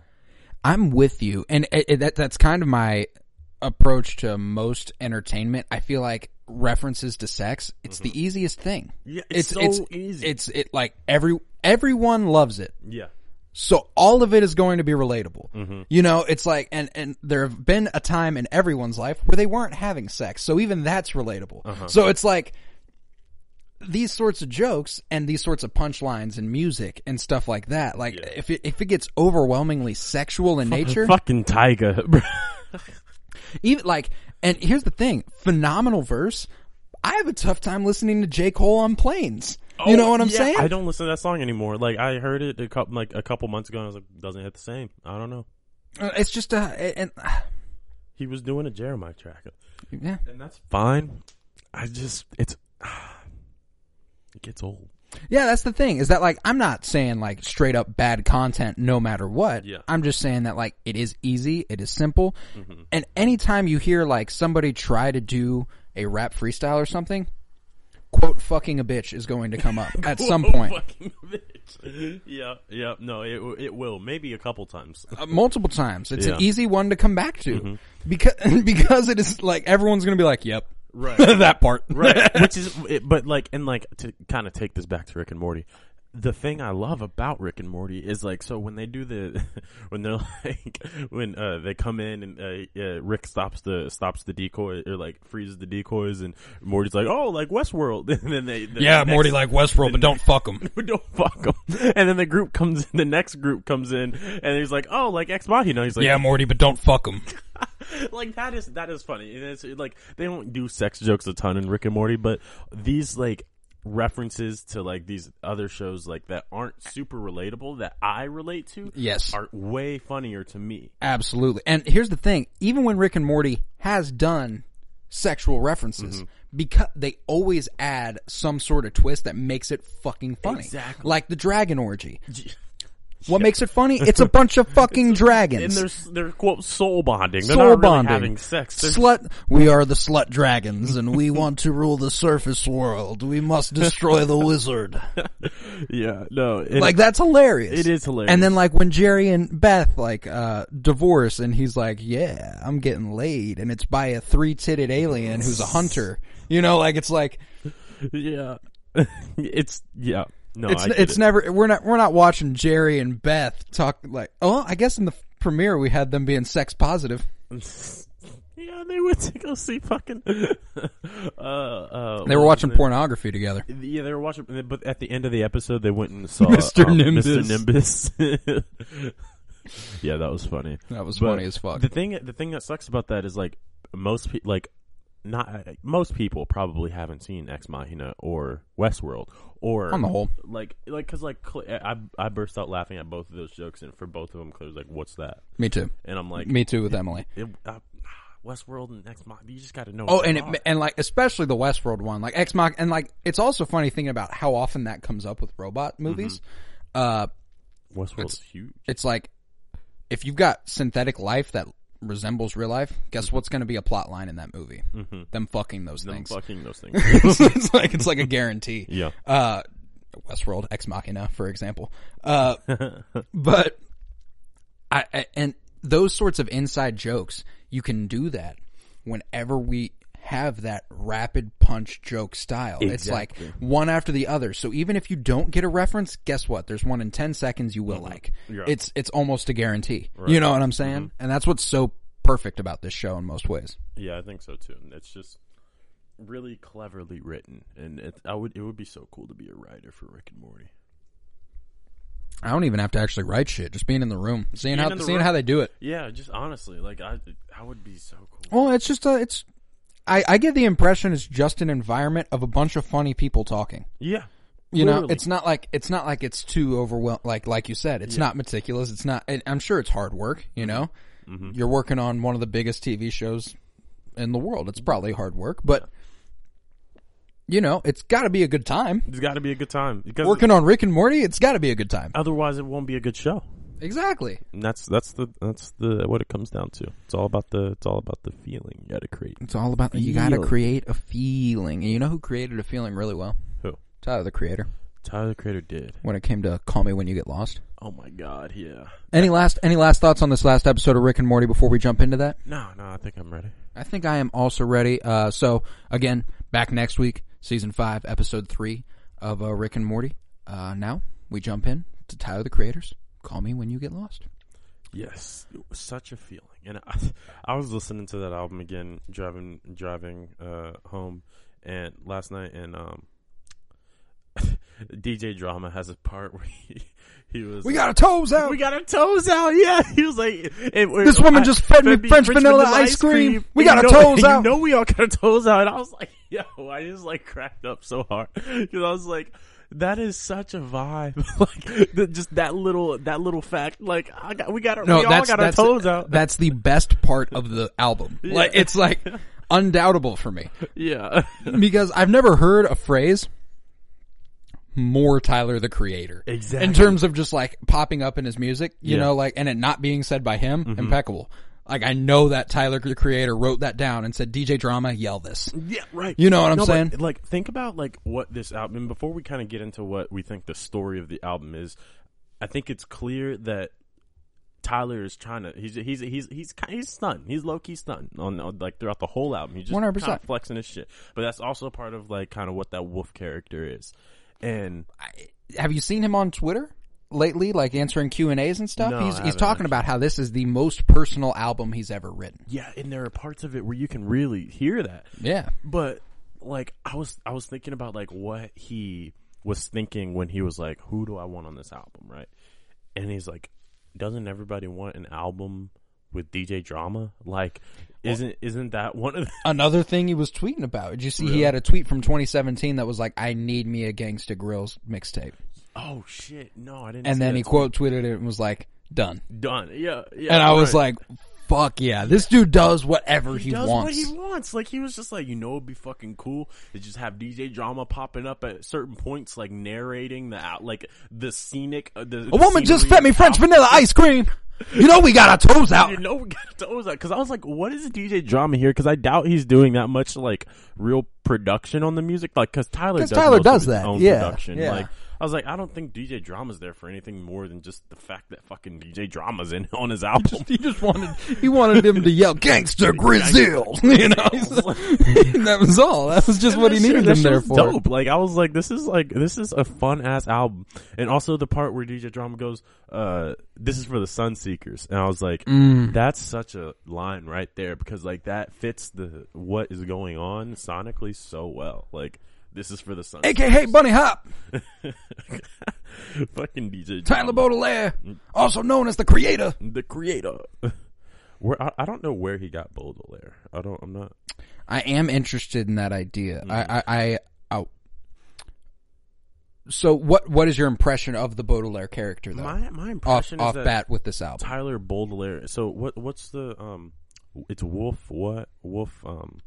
[SPEAKER 1] I'm with you, and it, it- that that's kind of my approach to most entertainment. I feel like references to sex. It's the easiest thing.
[SPEAKER 2] Mm-hmm. Yeah, it's so
[SPEAKER 1] it's,
[SPEAKER 2] easy.
[SPEAKER 1] It's it like every everyone loves it.
[SPEAKER 2] Yeah.
[SPEAKER 1] So all of it is going to be relatable.
[SPEAKER 2] Mm-hmm.
[SPEAKER 1] You know, it's like, and, and there have been a time in everyone's life where they weren't having sex. So even that's relatable.
[SPEAKER 2] Uh-huh.
[SPEAKER 1] So it's like these sorts of jokes and these sorts of punchlines and music and stuff like that. Like if it, if it gets overwhelmingly sexual in nature,
[SPEAKER 2] Fucking Tiger. bro.
[SPEAKER 1] even like, and here's the thing, phenomenal verse. I have a tough time listening to J. Cole on planes. you know what I'm
[SPEAKER 2] Oh, Yeah,
[SPEAKER 1] saying?
[SPEAKER 2] I don't listen to that song anymore. Like I heard it a couple like a couple months ago and I was like, doesn't hit the same. I don't know.
[SPEAKER 1] Uh, It's just a, and
[SPEAKER 2] He was doing a Jeremiah track.
[SPEAKER 1] yeah.
[SPEAKER 2] And that's fine. I just it's it gets old.
[SPEAKER 1] Yeah, that's the thing. Is that like I'm not saying like straight up bad content no matter what.
[SPEAKER 2] Yeah.
[SPEAKER 1] I'm just saying that like it is easy, it is simple.
[SPEAKER 2] Mm-hmm.
[SPEAKER 1] And anytime you hear like somebody try to do a rap freestyle or something, quote fucking a bitch is going to come up at some point.
[SPEAKER 2] Fucking bitch. Yeah, yeah. No, it w- it will. Maybe a couple times.
[SPEAKER 1] Uh, multiple times. It's
[SPEAKER 2] Yeah. Mm-hmm.
[SPEAKER 1] an easy one to come back to. Because because it is like everyone's going to be like, "Yep."
[SPEAKER 2] Right.
[SPEAKER 1] that part.
[SPEAKER 2] right which is it, but like and like to kind of take this back to rick and morty the thing i love about rick and morty is like so when they do the when they're like when uh they come in and uh, uh rick stops the stops the decoy or like freezes the decoys and morty's like oh like westworld and then they the
[SPEAKER 1] yeah,
[SPEAKER 2] next-
[SPEAKER 1] Morty like Westworld, but don't fuck them.
[SPEAKER 2] don't fuck them and then the group comes in the next group comes in and he's like oh like ex machina he's like
[SPEAKER 1] Yeah, Morty, but don't fuck them.
[SPEAKER 2] like that is that is funny and it's like they don't do sex jokes a ton in rick and morty but these like references to like these other shows like that aren't super relatable that i relate to
[SPEAKER 1] Yes.
[SPEAKER 2] are way funnier to me
[SPEAKER 1] Absolutely. And here's the thing, even when Rick and Morty has done sexual references,
[SPEAKER 2] Mm-hmm.
[SPEAKER 1] because they always add some sort of twist that makes it fucking funny.
[SPEAKER 2] Exactly.
[SPEAKER 1] Like the dragon orgy. What makes it funny? It's a bunch of fucking
[SPEAKER 2] and
[SPEAKER 1] dragons.
[SPEAKER 2] there's they're quote soul bonding they're
[SPEAKER 1] Soul
[SPEAKER 2] not really
[SPEAKER 1] bonding.
[SPEAKER 2] having sex They're-
[SPEAKER 1] Slut. We are the slut dragons, and we want to rule the surface world. We must destroy the wizard.
[SPEAKER 2] yeah no it-
[SPEAKER 1] like that's hilarious.
[SPEAKER 2] It is hilarious.
[SPEAKER 1] And then like when Jerry and Beth like uh divorce and he's like, "Yeah, I'm getting laid," and it's by a three-titted alien who's a hunter. You know, like it's like
[SPEAKER 2] yeah it's yeah no
[SPEAKER 1] it's
[SPEAKER 2] Oh, I get
[SPEAKER 1] it's
[SPEAKER 2] it.
[SPEAKER 1] never we're not we're not watching Jerry and Beth talk like, "Oh, I guess in the premiere we had them being sex positive."
[SPEAKER 2] yeah they went to go see fucking uh, uh
[SPEAKER 1] They were
[SPEAKER 2] what was
[SPEAKER 1] watching
[SPEAKER 2] it?
[SPEAKER 1] pornography together.
[SPEAKER 2] Yeah, they were watching, but at the end of the episode, they went and saw
[SPEAKER 1] Mr.
[SPEAKER 2] um,
[SPEAKER 1] Nimbus.
[SPEAKER 2] Mr. Nimbus. yeah, that was funny.
[SPEAKER 1] That was
[SPEAKER 2] But
[SPEAKER 1] funny as fuck.
[SPEAKER 2] The thing, the thing that sucks about that is like most people, like not most people probably haven't seen Ex Machina or Westworld or
[SPEAKER 1] On the whole.
[SPEAKER 2] like like because like Cl- I I burst out laughing at both of those jokes, and for both of them, Claire's like, "What's that?"
[SPEAKER 1] Me too.
[SPEAKER 2] And I'm like,
[SPEAKER 1] Me too with Emily.
[SPEAKER 2] it, uh, Westworld and Ex Machina, you just got to know.
[SPEAKER 1] Oh,
[SPEAKER 2] what
[SPEAKER 1] and
[SPEAKER 2] they
[SPEAKER 1] it,
[SPEAKER 2] are.
[SPEAKER 1] and like especially the Westworld one, like Ex Mach, and like it's also funny thinking about how often that comes up with robot movies.
[SPEAKER 2] Mm-hmm.
[SPEAKER 1] Uh,
[SPEAKER 2] Westworld's huge.
[SPEAKER 1] it's like if you've got synthetic life that resembles real life, guess what's going to be a plot line in that movie? Mm-hmm. Them fucking those
[SPEAKER 2] I'm
[SPEAKER 1] things.
[SPEAKER 2] fucking those things.
[SPEAKER 1] it's like it's like a guarantee.
[SPEAKER 2] yeah.
[SPEAKER 1] Uh, Westworld, Ex Machina, for example. Uh, but I, I and those sorts of inside jokes, you can do that whenever we have that rapid punch joke style. It's like one after the other. So even if you don't get a reference, guess what? There's one in 10 seconds you will
[SPEAKER 2] Mm-hmm.
[SPEAKER 1] like. It's it's almost a guarantee. You know what I'm saying?
[SPEAKER 2] Mm-hmm.
[SPEAKER 1] And that's what's so perfect about this show in most ways.
[SPEAKER 2] Yeah, I think so too. And It's just really cleverly written, and it, I would it would be so cool to be a writer for Rick and Morty.
[SPEAKER 1] I don't even have to actually write shit. Just being in the room, seeing
[SPEAKER 2] Being
[SPEAKER 1] how
[SPEAKER 2] in the
[SPEAKER 1] seeing
[SPEAKER 2] room.
[SPEAKER 1] how they do it.
[SPEAKER 2] Yeah, just honestly, like I, I would be so cool.
[SPEAKER 1] Well, it's just a it's. I, I get the impression it's just an environment of a bunch of funny people talking.
[SPEAKER 2] Yeah,
[SPEAKER 1] You know,
[SPEAKER 2] Literally.
[SPEAKER 1] it's not like it's not like it's too overwhelmed. Like like you said, it's not meticulous. It's not. And I'm sure it's hard work. You know,
[SPEAKER 2] Mm-hmm.
[SPEAKER 1] you're working on one of the biggest TV shows in the world. It's probably hard work, but you know, it's got to be a good time.
[SPEAKER 2] it's got to be a good time because
[SPEAKER 1] Working on Rick and Morty, it's got to be a good time.
[SPEAKER 2] otherwise it won't be a good show.
[SPEAKER 1] Exactly.
[SPEAKER 2] And that's that's the that's the what it comes down to. It's all about the it's all about the feeling you got to create.
[SPEAKER 1] It's all about you got to
[SPEAKER 2] Feel.
[SPEAKER 1] create a feeling. And you know who created a feeling really well?
[SPEAKER 2] Who
[SPEAKER 1] Tyler the Creator.
[SPEAKER 2] Tyler the Creator did.
[SPEAKER 1] When it came to Call Me When You Get Lost.
[SPEAKER 2] Oh my god, yeah.
[SPEAKER 1] Any last any last thoughts on this last episode of Rick and Morty before we jump into that?
[SPEAKER 2] No, no, I think I'm ready.
[SPEAKER 1] I think I am also ready. Uh, so again, back next week, season five, episode three of uh, Rick and Morty. Uh, now we jump in to Tyler the Creators. Call me when you get lost.
[SPEAKER 2] Yes, it was such a feeling, and I, I was listening to that album again driving driving uh, home, and last night, and um, DJ Drama has a part where he, he was
[SPEAKER 1] We got our toes out.
[SPEAKER 2] we got our toes out, yeah. He was like, and-
[SPEAKER 1] This woman just fed me French vanilla ice cream. We got
[SPEAKER 2] You
[SPEAKER 1] our
[SPEAKER 2] know-
[SPEAKER 1] toes out.
[SPEAKER 2] You know we all got our toes out, and I was like, yo, I just like cracked up so hard because I was like. That is such a vibe, like the, just that little that little fact. Like I got, we got our,
[SPEAKER 1] no,
[SPEAKER 2] we all
[SPEAKER 1] that's
[SPEAKER 2] got our
[SPEAKER 1] that's
[SPEAKER 2] toes out.
[SPEAKER 1] that's the best part of the album. Like
[SPEAKER 2] Yeah.
[SPEAKER 1] it's like undoubtable for me
[SPEAKER 2] Yeah.
[SPEAKER 1] because I've never heard a phrase more Tyler the Creator.
[SPEAKER 2] Exactly.
[SPEAKER 1] In terms of just like popping up in his music, you
[SPEAKER 2] Yeah. Mm-hmm.
[SPEAKER 1] know, like and it not being said by him, impeccable. Like I know that Tyler the Creator wrote that down and said DJ Drama yell this.
[SPEAKER 2] Yeah, right.
[SPEAKER 1] You know what I'm
[SPEAKER 2] No, but,
[SPEAKER 1] saying?
[SPEAKER 2] like, think about like what this album. and before we kind of get into what we think the story of the album is, I think it's clear that Tyler is trying to. He's he's he's he's kind he's stunned. He's low key stunned on, on like throughout the whole album. He's just kind
[SPEAKER 1] 100%.
[SPEAKER 2] of flexing his shit. But that's also part of like kind of what that Wolf character is. And
[SPEAKER 1] Have you seen him on Twitter? Lately, like answering Q and A's and stuff,
[SPEAKER 2] No, I
[SPEAKER 1] he's he's
[SPEAKER 2] haven't,
[SPEAKER 1] talking about how this is the most personal album he's ever written.
[SPEAKER 2] yeah, and there are parts of it where you can really hear that.
[SPEAKER 1] Yeah,
[SPEAKER 2] But like I was I was thinking about like what he was thinking when he was like, Who do I want on this album, right? And he's like, Doesn't everybody want an album with DJ drama? Like isn't isn't that one of the
[SPEAKER 1] another thing he was tweeting about. Did you see he had a tweet from 2017 that was like, "I need me a Gangsta Grills mixtape,"
[SPEAKER 2] Oh shit, no, I didn't
[SPEAKER 1] and
[SPEAKER 2] see
[SPEAKER 1] then
[SPEAKER 2] that.
[SPEAKER 1] he quote tweeted it and was like, "Done."
[SPEAKER 2] done. Yeah, yeah.
[SPEAKER 1] And I was
[SPEAKER 2] right.
[SPEAKER 1] like, "Fuck yeah, this dude does whatever he,
[SPEAKER 2] does
[SPEAKER 1] wants."
[SPEAKER 2] what he wants. Like he was just like, you know, it'd be fucking cool to just have DJ drama popping up at certain points, like narrating the out, like the scenic. Uh, the,
[SPEAKER 1] a woman just fed me
[SPEAKER 2] French.
[SPEAKER 1] French vanilla ice cream. You know we got our toes out.
[SPEAKER 2] you know we got toes out because I was like, what is DJ drama here? Because I doubt he's doing that much like real production on the music, like because Tyler
[SPEAKER 1] 'Cause
[SPEAKER 2] does
[SPEAKER 1] Tyler
[SPEAKER 2] most of
[SPEAKER 1] does
[SPEAKER 2] his
[SPEAKER 1] that,
[SPEAKER 2] own
[SPEAKER 1] yeah,
[SPEAKER 2] production.
[SPEAKER 1] yeah.
[SPEAKER 2] Like I was like, I don't think DJ drama's there for anything more than just the fact that fucking DJ drama's in on his album.
[SPEAKER 1] He just wanted he wanted him to yell "Gangsta Grizzle," you know. And that was all. That was just what he
[SPEAKER 2] That shit-
[SPEAKER 1] needed
[SPEAKER 2] that
[SPEAKER 1] him
[SPEAKER 2] shit
[SPEAKER 1] there
[SPEAKER 2] was
[SPEAKER 1] for.
[SPEAKER 2] Dope. Like I was like, this is like this is a fun ass album, and also the part where DJ Drama goes, uh, "This is for the Sun Seekers," and I was like,
[SPEAKER 1] Mm.
[SPEAKER 2] that's such a line right there because like that fits the what is going on sonically so well. Like this is for the Sun.
[SPEAKER 1] AKA Bunny Hop,
[SPEAKER 2] Fucking DJ
[SPEAKER 1] Tyler
[SPEAKER 2] Drama,
[SPEAKER 1] Baudelaire, also known as the creator.
[SPEAKER 2] the creator. Where I, I don't know where he got Baudelaire. I don't. I'm not.
[SPEAKER 1] I am interested in that idea.
[SPEAKER 2] Mm.
[SPEAKER 1] I, I, I, I, so what? What is your impression of the Baudelaire character, though?
[SPEAKER 2] My my
[SPEAKER 1] off
[SPEAKER 2] impression is
[SPEAKER 1] off
[SPEAKER 2] that
[SPEAKER 1] bat with this album,
[SPEAKER 2] Tyler Baudelaire. So what? What's the um? It's Wolf. What Wolf? Um.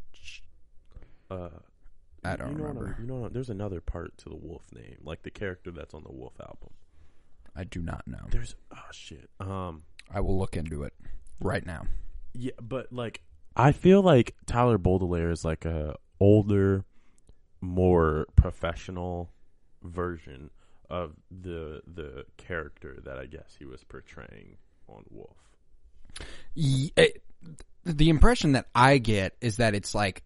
[SPEAKER 2] Uh,
[SPEAKER 1] I don't
[SPEAKER 2] you know what I'm-
[SPEAKER 1] remember.
[SPEAKER 2] you know, what I'm- there's another part to the Wolf name, like the character that's on the Wolf album.
[SPEAKER 1] I do not know.
[SPEAKER 2] There's oh shit. Um.
[SPEAKER 1] I will look into it right now.
[SPEAKER 2] Yeah, but like I feel like Tyler Baudelaire is like a older, more professional version of the the character that I guess he was portraying on Wolf.
[SPEAKER 1] Y- it- the impression that I get is that it's like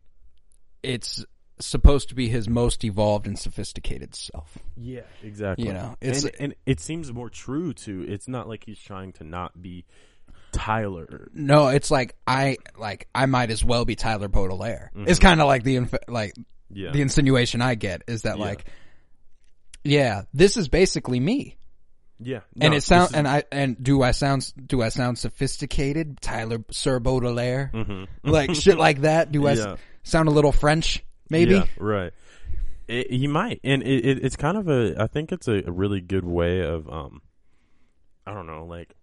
[SPEAKER 1] it's supposed to be his most evolved and sophisticated self.
[SPEAKER 2] Yeah, exactly.
[SPEAKER 1] You know, it's-
[SPEAKER 2] and, and it seems more true to. It's not like he's trying to not be Tyler.
[SPEAKER 1] No, it's like I like I might as well be Tyler Baudelaire. It's kind of like the inf- like
[SPEAKER 2] Mm-hmm. Yeah,
[SPEAKER 1] the insinuation I get is that
[SPEAKER 2] Yeah.
[SPEAKER 1] like, yeah, this is basically me.
[SPEAKER 2] Yeah,
[SPEAKER 1] and
[SPEAKER 2] no,
[SPEAKER 1] it sound and I and do I sound do I sound sophisticated, Tyler Sir Baudelaire,
[SPEAKER 2] Mm-hmm.
[SPEAKER 1] like shit like that? Do I s-
[SPEAKER 2] Yeah.
[SPEAKER 1] sound a little French? Maybe
[SPEAKER 2] Yeah, right. It, he might, and it, it, it's kind of a. I think it's a, a really good way of, um, I don't know, like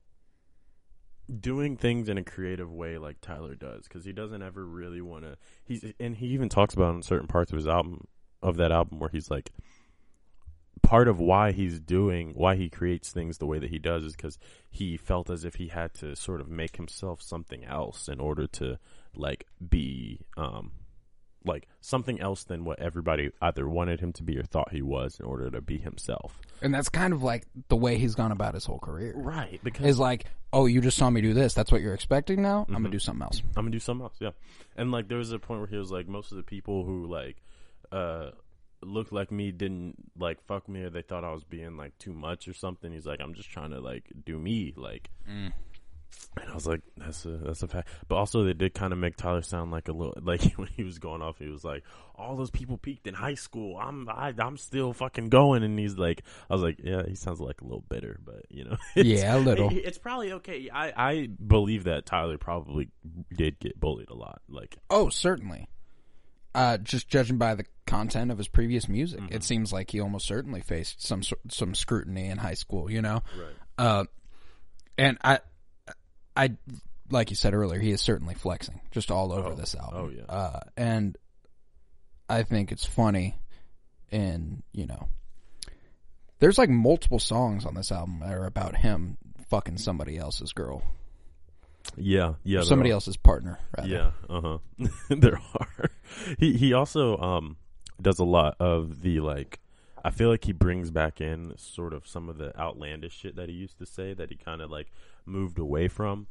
[SPEAKER 2] doing things in a creative way, like Tyler does, because he doesn't ever really want to. He's and he even talks about in certain parts of his album of that album where he's like, part of why he's doing why he creates things the way that he does is because he felt as if he had to sort of make himself something else in order to like be um like something else than what everybody either wanted him to be or thought he was in order to be himself.
[SPEAKER 1] and that's kind of like the way he's gone about his whole career.
[SPEAKER 2] Right, because
[SPEAKER 1] Is like, oh, you just saw me do this. That's what you're expecting now. I'm
[SPEAKER 2] Mm-hmm.
[SPEAKER 1] gonna do something else.
[SPEAKER 2] I'm gonna do something else. Yeah, and like there was a point where he was like, most of the people who like uh looked like me didn't like fuck me or they thought I was being like too much or something. He's like, I'm just trying to like do me like. And I was like, that's a that's a fact. But also, they did kind of make Tyler sound like a little like when he was going off. He was like, all those people peaked in high school. I'm I, I'm still fucking going. And he's like, I was like, yeah, he sounds like a little bitter, but you know, it's-
[SPEAKER 1] Yeah, a little.
[SPEAKER 2] it's probably okay. I, I believe that Tyler probably did get bullied a lot. Like,
[SPEAKER 1] Oh, certainly. Uh, just judging by the content of his previous music,
[SPEAKER 2] Mm-hmm.
[SPEAKER 1] it seems like he almost certainly faced some sor- some scrutiny in high school. You know, right? Uh, and I, I, like you said earlier, he is certainly flexing just all over this album.
[SPEAKER 2] oh, yeah.
[SPEAKER 1] Uh, and I think it's funny, and you know, there's like multiple songs on this album that are about him fucking somebody else's girl,
[SPEAKER 2] yeah, yeah,
[SPEAKER 1] somebody else's partner. Rather.
[SPEAKER 2] Yeah, uh huh. there are. He he also um does a lot of the like. I feel like he brings back in sort of some of the outlandish shit that he used to say that he kind of like moved away from,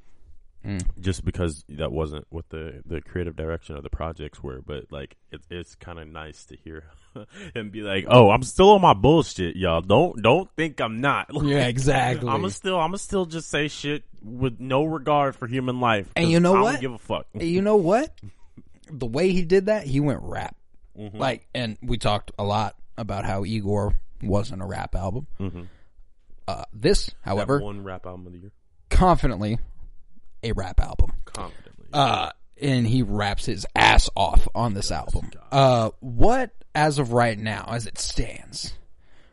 [SPEAKER 1] Mm.
[SPEAKER 2] just because that wasn't what the the creative direction of the projects were. But like, it's it's kind of nice to hear him be like, "Oh, I'm still on my bullshit, y'all. Don't don't think I'm not."
[SPEAKER 1] Yeah, exactly.
[SPEAKER 2] I'm still I'm still just say shit with no regard for human life.
[SPEAKER 1] And
[SPEAKER 2] 'cause
[SPEAKER 1] you know
[SPEAKER 2] I don't
[SPEAKER 1] what?
[SPEAKER 2] give a fuck.
[SPEAKER 1] And you know what? The way he did that, he went rap.
[SPEAKER 2] Mm-hmm.
[SPEAKER 1] Like, and we talked a lot about how Igor wasn't a rap album. Uh, this, however,
[SPEAKER 2] Mm-hmm. one rap album of the year.
[SPEAKER 1] confidently a rap album.
[SPEAKER 2] Confidently.
[SPEAKER 1] Uh, and he raps his ass off on this album. Uh, what, as of right now, as it stands,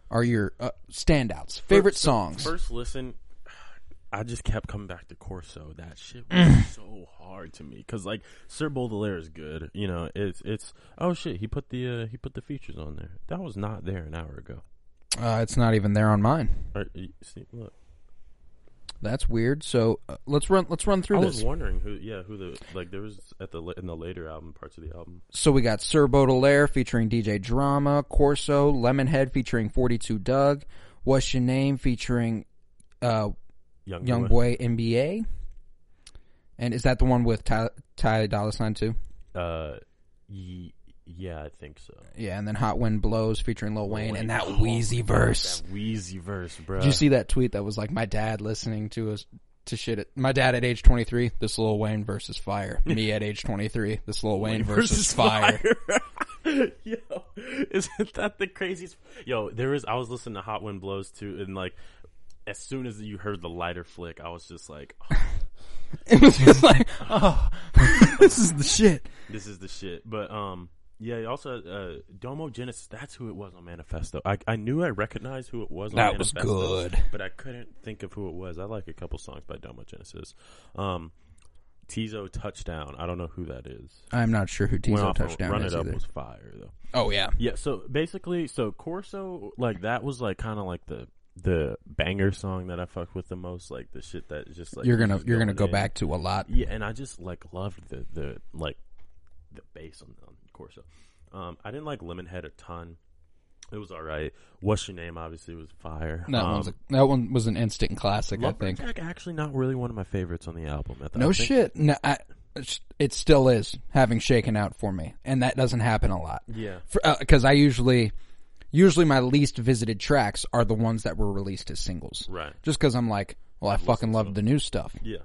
[SPEAKER 1] are your uh, standouts, favorite songs?
[SPEAKER 2] First listen, I just kept coming back to Corso. That shit
[SPEAKER 1] Mm.
[SPEAKER 2] was so hard to me because like Sir Baudelaire is good. You know, it's it's oh shit. He put the uh, he put the features on there. That was not there an hour ago.
[SPEAKER 1] Uh, it's not even there on mine.
[SPEAKER 2] Or, you see, look,
[SPEAKER 1] That's weird. So uh, let's run. Let's run
[SPEAKER 2] I
[SPEAKER 1] through
[SPEAKER 2] was
[SPEAKER 1] this.
[SPEAKER 2] wondering who yeah who the like there was at the la- in the later album parts of the album.
[SPEAKER 1] So we got Sir Baudelaire featuring DJ Drama, Corso, Lemonhead featuring 42 Doug, What's Your Name featuring uh,
[SPEAKER 2] Young
[SPEAKER 1] Young
[SPEAKER 2] Boy.
[SPEAKER 1] Boy NBA. And is that the one with Ty, Ty Dolla Sign too?
[SPEAKER 2] Uh, ye- yeah, I think so.
[SPEAKER 1] Yeah, and then Hot Wind Blows featuring Lil Wayne and that wheezy verse.
[SPEAKER 2] That Wheezy verse, bro.
[SPEAKER 1] Did you see that tweet that was like my dad listening to us to shit at my dad at age 23, this Lil Wayne versus fire. Me at age 23, this Lil Wayne, versus, fire.
[SPEAKER 2] Yo, isn't that the craziest? Yo, there is. I was listening to Hot Wind Blows too, and like, as soon as you heard the lighter flick, I was just like, oh,
[SPEAKER 1] It was just like, oh, this is the shit.
[SPEAKER 2] "This is the shit." But um, yeah. Also, uh, Domo Genesis. That's who it was on Manifesto. I I knew I recognized who it was. on
[SPEAKER 1] That was
[SPEAKER 2] Manifesto,
[SPEAKER 1] good.
[SPEAKER 2] but I couldn't think of who it was. I like a couple songs by Domo Genesis. Um, Tizo Touchdown. I don't know who that is.
[SPEAKER 1] I'm not sure who
[SPEAKER 2] Went
[SPEAKER 1] Tizo
[SPEAKER 2] off on-
[SPEAKER 1] touchdown
[SPEAKER 2] Run
[SPEAKER 1] is
[SPEAKER 2] it up
[SPEAKER 1] either.
[SPEAKER 2] was fire though.
[SPEAKER 1] Oh yeah,
[SPEAKER 2] Yeah, so basically, so Corso, like that was like kind of like the the banger song that I fucked with the most, like the shit that just like
[SPEAKER 1] you're gonna
[SPEAKER 2] was
[SPEAKER 1] you're gonna go
[SPEAKER 2] going in.
[SPEAKER 1] back to a lot.
[SPEAKER 2] Yeah, and I just like loved the the like the bass on, on Corso. Um, I didn't like Lemonhead a ton. It was all right. What's your name? Obviously, was fire.
[SPEAKER 1] That
[SPEAKER 2] um,
[SPEAKER 1] one's a, that one was an instant classic. I think.
[SPEAKER 2] Lumberjack actually not really one of my favorites on the album. I th-
[SPEAKER 1] No
[SPEAKER 2] I think-
[SPEAKER 1] shit. No, I, it's- it still is having shaken out for me, and that doesn't happen a lot.
[SPEAKER 2] Yeah.
[SPEAKER 1] Because I usually usually my least visited tracks are the ones that were released as singles.
[SPEAKER 2] Right.
[SPEAKER 1] Just because I'm like, well, I fucking love the new stuff.
[SPEAKER 2] Yeah.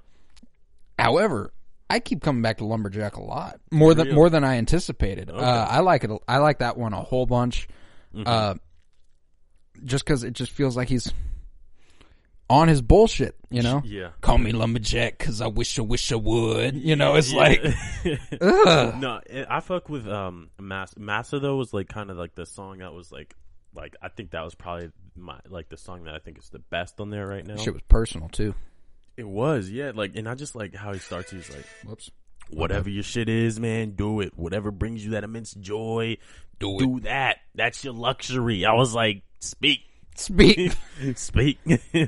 [SPEAKER 1] However, I keep coming back to Lumberjack a lot more than more than I anticipated. Uh, I like it. I like that one a Mm-hmm. whole bunch. Uh, just because it just feels like he's on his bullshit, you know?
[SPEAKER 2] Yeah.
[SPEAKER 1] Call me lumberjack because I wish I wish I would. You know, it's like, ugh.
[SPEAKER 2] no, I- I fuck with um Mass Massa though was like kind of like the song that was like like I think that was probably my like the song that I think is the best on there right now.
[SPEAKER 1] Shit was personal too.
[SPEAKER 2] It was, yeah, like and I just like how he starts he's like
[SPEAKER 1] Whoops.
[SPEAKER 2] whatever your shit is, man, do it. Whatever brings you that immense joy,
[SPEAKER 1] Do
[SPEAKER 2] do that. That's your luxury. I was like speak
[SPEAKER 1] Speak.
[SPEAKER 2] speak and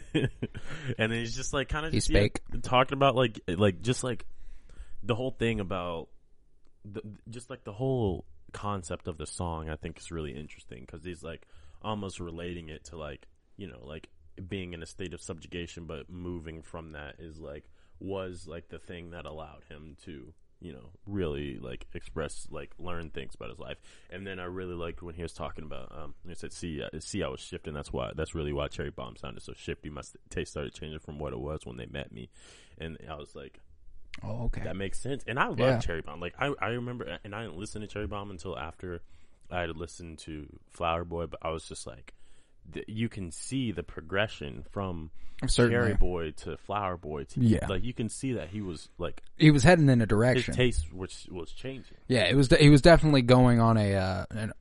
[SPEAKER 2] then he's just like kind of
[SPEAKER 1] He
[SPEAKER 2] just yeah,
[SPEAKER 1] spake.
[SPEAKER 2] talking about like like just like the whole thing about the, just like the whole concept of the song i think is really interesting because he's like almost relating it to like you know like being in a state of subjugation but moving from that is like was like the thing that allowed him to you know really like express like learn things about his life and then i really liked when he was talking about um he said see I- see i was shifting that's why that's really why cherry bomb sounded so shifty my st- taste started changing from what it was when they met me and i was like
[SPEAKER 1] oh, okay.
[SPEAKER 2] that makes sense. And I love
[SPEAKER 1] Yeah.
[SPEAKER 2] Cherry Bomb. Like I, I remember, and I didn't listen to Cherry Bomb until after I had listened to Flower Boy. But I was just like, th- you can see the progression from
[SPEAKER 1] Certainly.
[SPEAKER 2] Cherry Boy to Flower Boy. To,
[SPEAKER 1] Yeah.
[SPEAKER 2] like you can see that he was like
[SPEAKER 1] He was heading in a
[SPEAKER 2] his
[SPEAKER 1] direction.
[SPEAKER 2] taste was was changing.
[SPEAKER 1] Yeah, it was. He was definitely going on a uh, an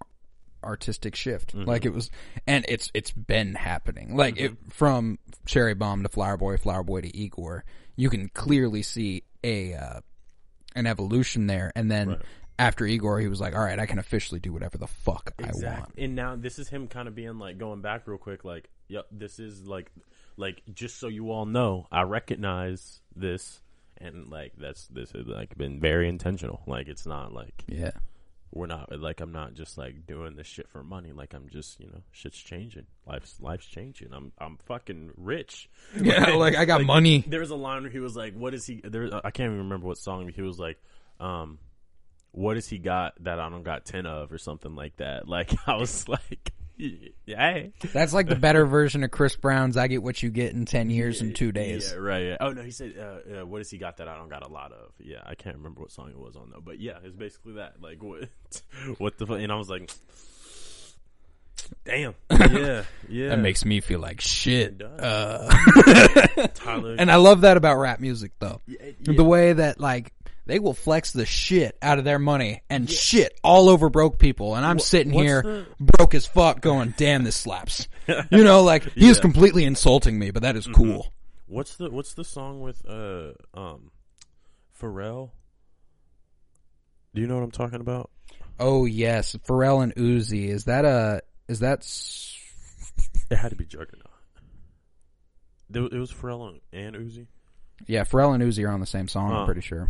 [SPEAKER 1] artistic shift.
[SPEAKER 2] Mm-hmm.
[SPEAKER 1] Like it was, and it's it's been happening. Like it, from Cherry Bomb to Flower Boy, Flower Boy to Igor, you can clearly see a uh, an evolution there. And then after Igor, he was like, "All right, I can officially do whatever the fuck I want."
[SPEAKER 2] And now this is him kind of being like going back real quick, like, yep, this is like, like just so you all know, I recognize this, and like that's this has like been very intentional. Like it's not like
[SPEAKER 1] Yeah,
[SPEAKER 2] we're not like I'm not just like doing this shit for money. Like I'm just you know shit's changing, life's life's changing. I'm I'm fucking rich.
[SPEAKER 1] yeah. Like I got money.
[SPEAKER 2] There was a line where he was like, "What is he?" There, I can't even remember what song but he was like, um, "What has he got that I don't got ten of?" or something like that. Like I was like, "Yeah,
[SPEAKER 1] That's like the better version of Chris Brown's. I get what you get in ten years and two days.
[SPEAKER 2] yeah, right." Yeah. Oh no, he said, uh, uh, "What has he got that I don't got a lot of?" Yeah, I can't remember what song it was on though, but yeah, it's basically that. Like what, what the fuck? And I was like. Damn. Yeah. Yeah.
[SPEAKER 1] That makes me feel like shit.
[SPEAKER 2] does.
[SPEAKER 1] Uh,
[SPEAKER 2] Tyler. Eh,
[SPEAKER 1] and I love that about rap music though.
[SPEAKER 2] yeah.
[SPEAKER 1] The way that like they will flex the shit out of their money and shit all over broke people, and I'm sitting
[SPEAKER 2] what's
[SPEAKER 1] here
[SPEAKER 2] the-
[SPEAKER 1] broke as fuck, going, "Damn, this slaps." you know, like he is completely insulting me, but that
[SPEAKER 2] Mm-hmm.
[SPEAKER 1] is cool.
[SPEAKER 2] What's the What's the song with uh um Pharrell? Do you know what I'm talking about?
[SPEAKER 1] Oh yes, Pharrell and Uzi. Is that a? Is that? s-
[SPEAKER 2] It had to be Juggernaut. There- It was Pharrell and Uzi.
[SPEAKER 1] Yeah, Pharrell and Uzi are on the same song.
[SPEAKER 2] Huh.
[SPEAKER 1] I'm pretty sure.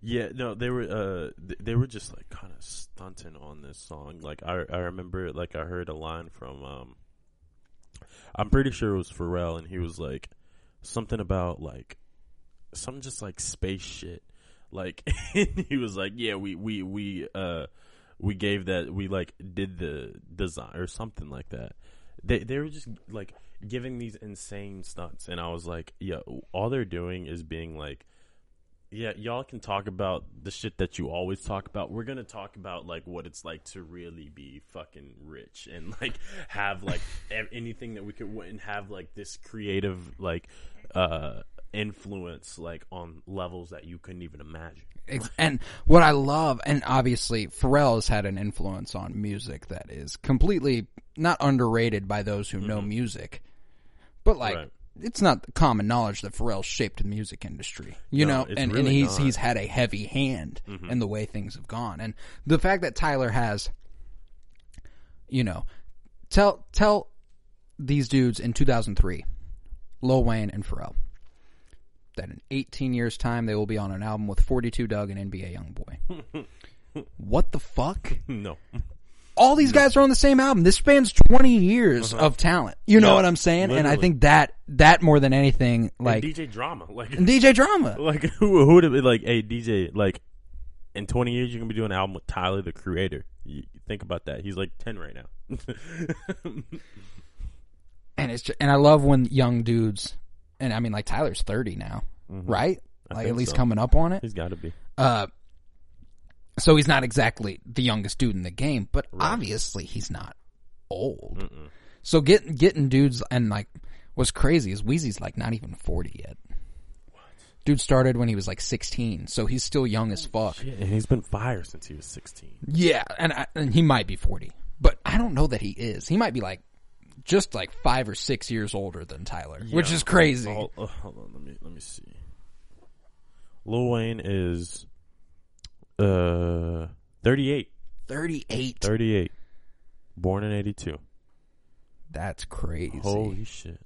[SPEAKER 2] Yeah, no, they were uh th- they were just like kind of stunting on this song. Like I I remember like I heard a line from um I'm pretty sure it was Pharrell and he was like something about like some just like space shit. Like he was like, "Yeah, we we we uh we gave that we like did the design or something like that." They they were just like giving these insane stunts and I was like, "Yeah, all they're doing is being like yeah, y'all can talk about the shit that you always talk about. We're gonna talk about like what it's like to really be fucking rich and like have like ev- anything that we could and have like this creative like uh influence like on levels that you couldn't even imagine.
[SPEAKER 1] Ex- and what I love, and obviously Pharrell has had an influence on music that is completely not underrated by those who know music, but like
[SPEAKER 2] Right.
[SPEAKER 1] it's not common knowledge that Pharrell shaped the music industry. You
[SPEAKER 2] No,
[SPEAKER 1] know,
[SPEAKER 2] it's
[SPEAKER 1] and, and
[SPEAKER 2] really
[SPEAKER 1] he's
[SPEAKER 2] not. Mm-hmm.
[SPEAKER 1] he's had a heavy hand in the way things have gone, and the fact that Tyler has, you know, tell tell these dudes in 2003, Lil Wayne and Pharrell that in 18 years time they will be on an album with 42 Doug and NBA YoungBoy. what the fuck?
[SPEAKER 2] No,
[SPEAKER 1] All these guys are on the same album. This spans 20 years of talent. You know what I'm saying? And I
[SPEAKER 2] Uh-huh. literally.
[SPEAKER 1] think that that more than anything like
[SPEAKER 2] DJ drama like
[SPEAKER 1] DJ Drama.
[SPEAKER 2] like who who would have been like hey DJ like in twenty years you're gonna be doing an album with Tyler the Creator. You, think about that. He's like ten right now.
[SPEAKER 1] And it's just, and I love when young dudes and I mean like Tyler's 30 now, right? Like at
[SPEAKER 2] Mm-hmm. think
[SPEAKER 1] least
[SPEAKER 2] so.
[SPEAKER 1] coming up on it.
[SPEAKER 2] He's got to be.
[SPEAKER 1] Uh, so he's not exactly the youngest dude in the game, but obviously he's not old. So get, getting dudes and like what's crazy is Wheezy's like not even forty yet. Dude started when he was like sixteen, so he's still young as fuck.
[SPEAKER 2] Yeah, and he's been fire since he was 16.
[SPEAKER 1] Yeah, and I, and he might be forty, but I don't know that he is. He might be like just like five or six years older than Tyler, which is crazy.
[SPEAKER 2] Hold, uh, hold on, let me let me see. Lil Wayne is uh 38,
[SPEAKER 1] Thirty-eight.
[SPEAKER 2] 38. Born in 82.
[SPEAKER 1] That's crazy.
[SPEAKER 2] Holy shit.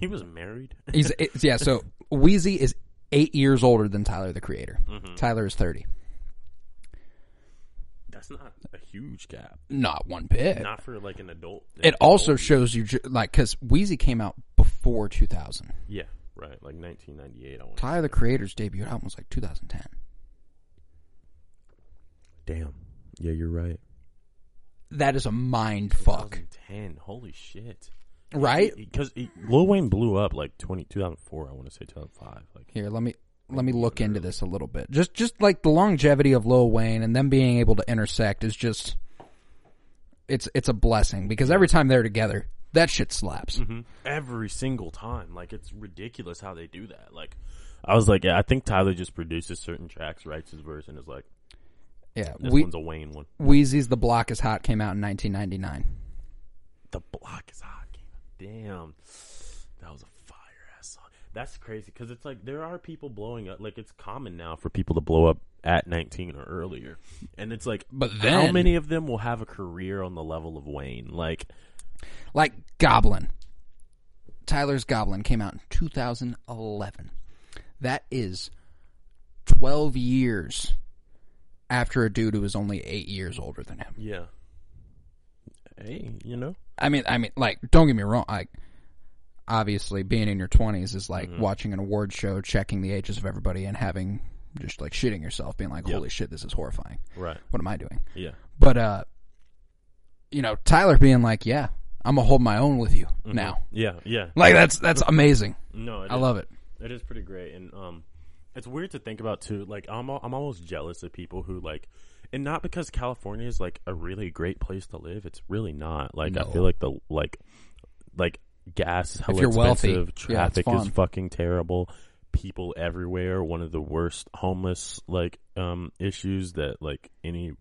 [SPEAKER 2] He was married?
[SPEAKER 1] He's it's- yeah. So Wheezy is eight years older than Tyler the Creator.
[SPEAKER 2] Mm-hmm.
[SPEAKER 1] Tyler is thirty.
[SPEAKER 2] That's not a huge gap.
[SPEAKER 1] Not one bit.
[SPEAKER 2] Not for like an adult.
[SPEAKER 1] it also shows you ju- like because Wheezy came out before 2000.
[SPEAKER 2] Yeah, right. Like 1998 I want.
[SPEAKER 1] Tyler the Creator's debut album was like 2010.
[SPEAKER 2] Damn. Yeah, you're right.
[SPEAKER 1] That is a mind fuck,
[SPEAKER 2] 2010. Holy shit.
[SPEAKER 1] right?
[SPEAKER 2] Because Lil Wayne blew up like 20, 2004, I want to say 2005. Like
[SPEAKER 1] Here, let me let me look into this a little bit. Just just like the longevity of Lil Wayne and them being able to intersect is just it's it's a blessing because every time they're together, that shit slaps.
[SPEAKER 2] Mm. Mm-hmm. every single time. Like it's ridiculous how they do that. Like I was like, yeah, I think Tyler just produces certain tracks, writes his verse, and is like,
[SPEAKER 1] Yeah,
[SPEAKER 2] this
[SPEAKER 1] we,
[SPEAKER 2] one's a Wayne one.
[SPEAKER 1] Wheezy's "The Block Is Hot" came out in 1999.
[SPEAKER 2] The block is hot. Damn, that was a fire ass song. That's crazy because it's like there are people blowing up. Like it's common now for people to blow up at 19 or earlier, and it's like,
[SPEAKER 1] But
[SPEAKER 2] how
[SPEAKER 1] then-
[SPEAKER 2] many of them will have a career on the level of Wayne? Like,
[SPEAKER 1] Like Goblin. Tyler's Goblin came out in 2011. That is 12 years after a dude who was only 8 years older than him.
[SPEAKER 2] yeah. Hey, you know,
[SPEAKER 1] I mean, I mean, like, don't get me wrong. Like, obviously, being in your twenties is like watching an award show, checking the ages of everybody, and having just like shitting yourself, being like,
[SPEAKER 2] Yeah.
[SPEAKER 1] "Holy shit, this is horrifying.
[SPEAKER 2] right?
[SPEAKER 1] What am I doing?"
[SPEAKER 2] Yeah,
[SPEAKER 1] But uh, you know, Tyler being like, "Yeah, I'm gonna hold my own with you now."
[SPEAKER 2] Mm-hmm. yeah, yeah.
[SPEAKER 1] Like, that's that's amazing.
[SPEAKER 2] No, it
[SPEAKER 1] I
[SPEAKER 2] is-
[SPEAKER 1] love it.
[SPEAKER 2] It is pretty great, and um, it's weird to think about too. Like I'm, al- I'm almost jealous of people who like, and not because California is like a really great place to live. It's really not. Like I
[SPEAKER 1] No.
[SPEAKER 2] feel like the like, like gas is hella
[SPEAKER 1] you're wealthy,
[SPEAKER 2] expensive.
[SPEAKER 1] yeah, it's
[SPEAKER 2] Traffic is
[SPEAKER 1] fun.
[SPEAKER 2] fucking terrible. People everywhere. One of the worst homeless like um issues that like any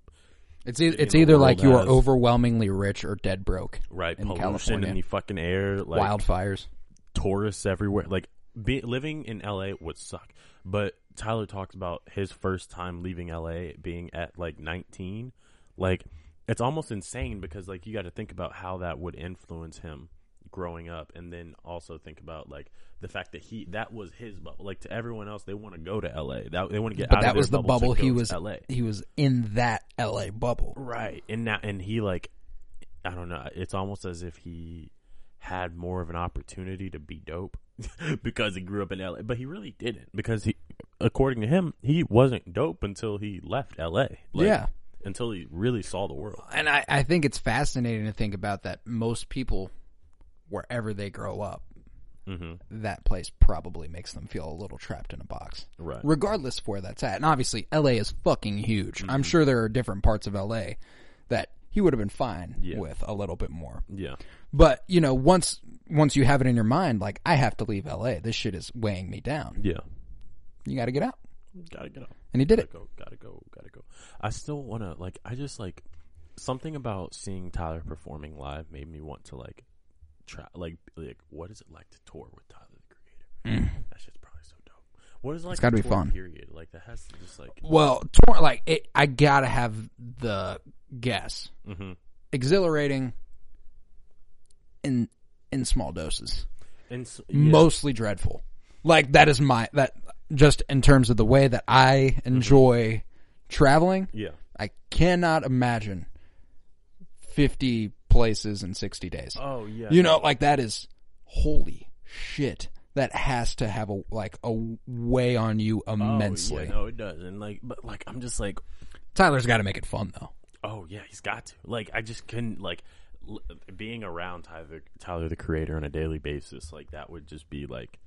[SPEAKER 1] It's e- it's
[SPEAKER 2] the
[SPEAKER 1] either
[SPEAKER 2] world
[SPEAKER 1] like you are
[SPEAKER 2] has-
[SPEAKER 1] overwhelmingly rich or dead broke.
[SPEAKER 2] right
[SPEAKER 1] In
[SPEAKER 2] pollution
[SPEAKER 1] California.
[SPEAKER 2] in the fucking air like
[SPEAKER 1] Wildfires.
[SPEAKER 2] tourists everywhere. Like be, living in LA would suck. But Tyler talks about his first time leaving LA being at like 19. Like it's almost insane because like you got to think about how that would influence him growing up and then also think about like the fact that he that was his bubble like to everyone else they want to go to LA that they want to get
[SPEAKER 1] But
[SPEAKER 2] out of
[SPEAKER 1] that
[SPEAKER 2] their
[SPEAKER 1] was the
[SPEAKER 2] bubble,
[SPEAKER 1] bubble
[SPEAKER 2] to
[SPEAKER 1] he
[SPEAKER 2] go to
[SPEAKER 1] was.
[SPEAKER 2] LA
[SPEAKER 1] He was in that LA bubble.
[SPEAKER 2] Right. And now and he like I don't know, it's almost as if he had more of an opportunity to be dope because he grew up in LA, but he really didn't because he according to him, he wasn't dope until he left LA. Like,
[SPEAKER 1] Yeah.
[SPEAKER 2] Until he really saw the world.
[SPEAKER 1] and I, I think it's fascinating to think about that most people wherever they grow up
[SPEAKER 2] Mhm.
[SPEAKER 1] that place probably makes them feel a little trapped in a box
[SPEAKER 2] Right.
[SPEAKER 1] regardless of where that's at and obviously la is fucking huge i'm
[SPEAKER 2] Mm-hmm.
[SPEAKER 1] sure there are different parts of la that he would have been fine
[SPEAKER 2] Yeah.
[SPEAKER 1] with a little bit more
[SPEAKER 2] Yeah.
[SPEAKER 1] but you know once once you have it in your mind like i have to leave la this shit is weighing me down
[SPEAKER 2] Yeah.
[SPEAKER 1] you gotta get out
[SPEAKER 2] Gotta get up.
[SPEAKER 1] and he did it
[SPEAKER 2] Gotta go, gotta go, gotta go. I still wanna like I just like something about seeing Tyler performing live made me want to like try like like what is it like to tour with Tyler the Creator? That's just probably so dope. What is it like
[SPEAKER 1] Mm. gotta
[SPEAKER 2] to
[SPEAKER 1] be
[SPEAKER 2] tour,
[SPEAKER 1] fun.
[SPEAKER 2] period? Like that has to just like
[SPEAKER 1] well tor- like it, i gotta have the guess
[SPEAKER 2] Mhm.
[SPEAKER 1] exhilarating in in small doses
[SPEAKER 2] and so, yeah,
[SPEAKER 1] mostly dreadful like that is my that just in terms of the way that i enjoy traveling
[SPEAKER 2] yeah.
[SPEAKER 1] i cannot imagine 50 places in 60 days
[SPEAKER 2] Oh yeah.
[SPEAKER 1] you know like that is holy shit that has to have a like a weigh on you
[SPEAKER 2] Oh,
[SPEAKER 1] immensely
[SPEAKER 2] yeah, no, it does. And like but like I'm just like
[SPEAKER 1] tyler's got to make it fun though
[SPEAKER 2] Oh yeah, he's got to. Like I just couldn't like l- being around Tyler Tyler the creator on a daily basis. Like that would just be like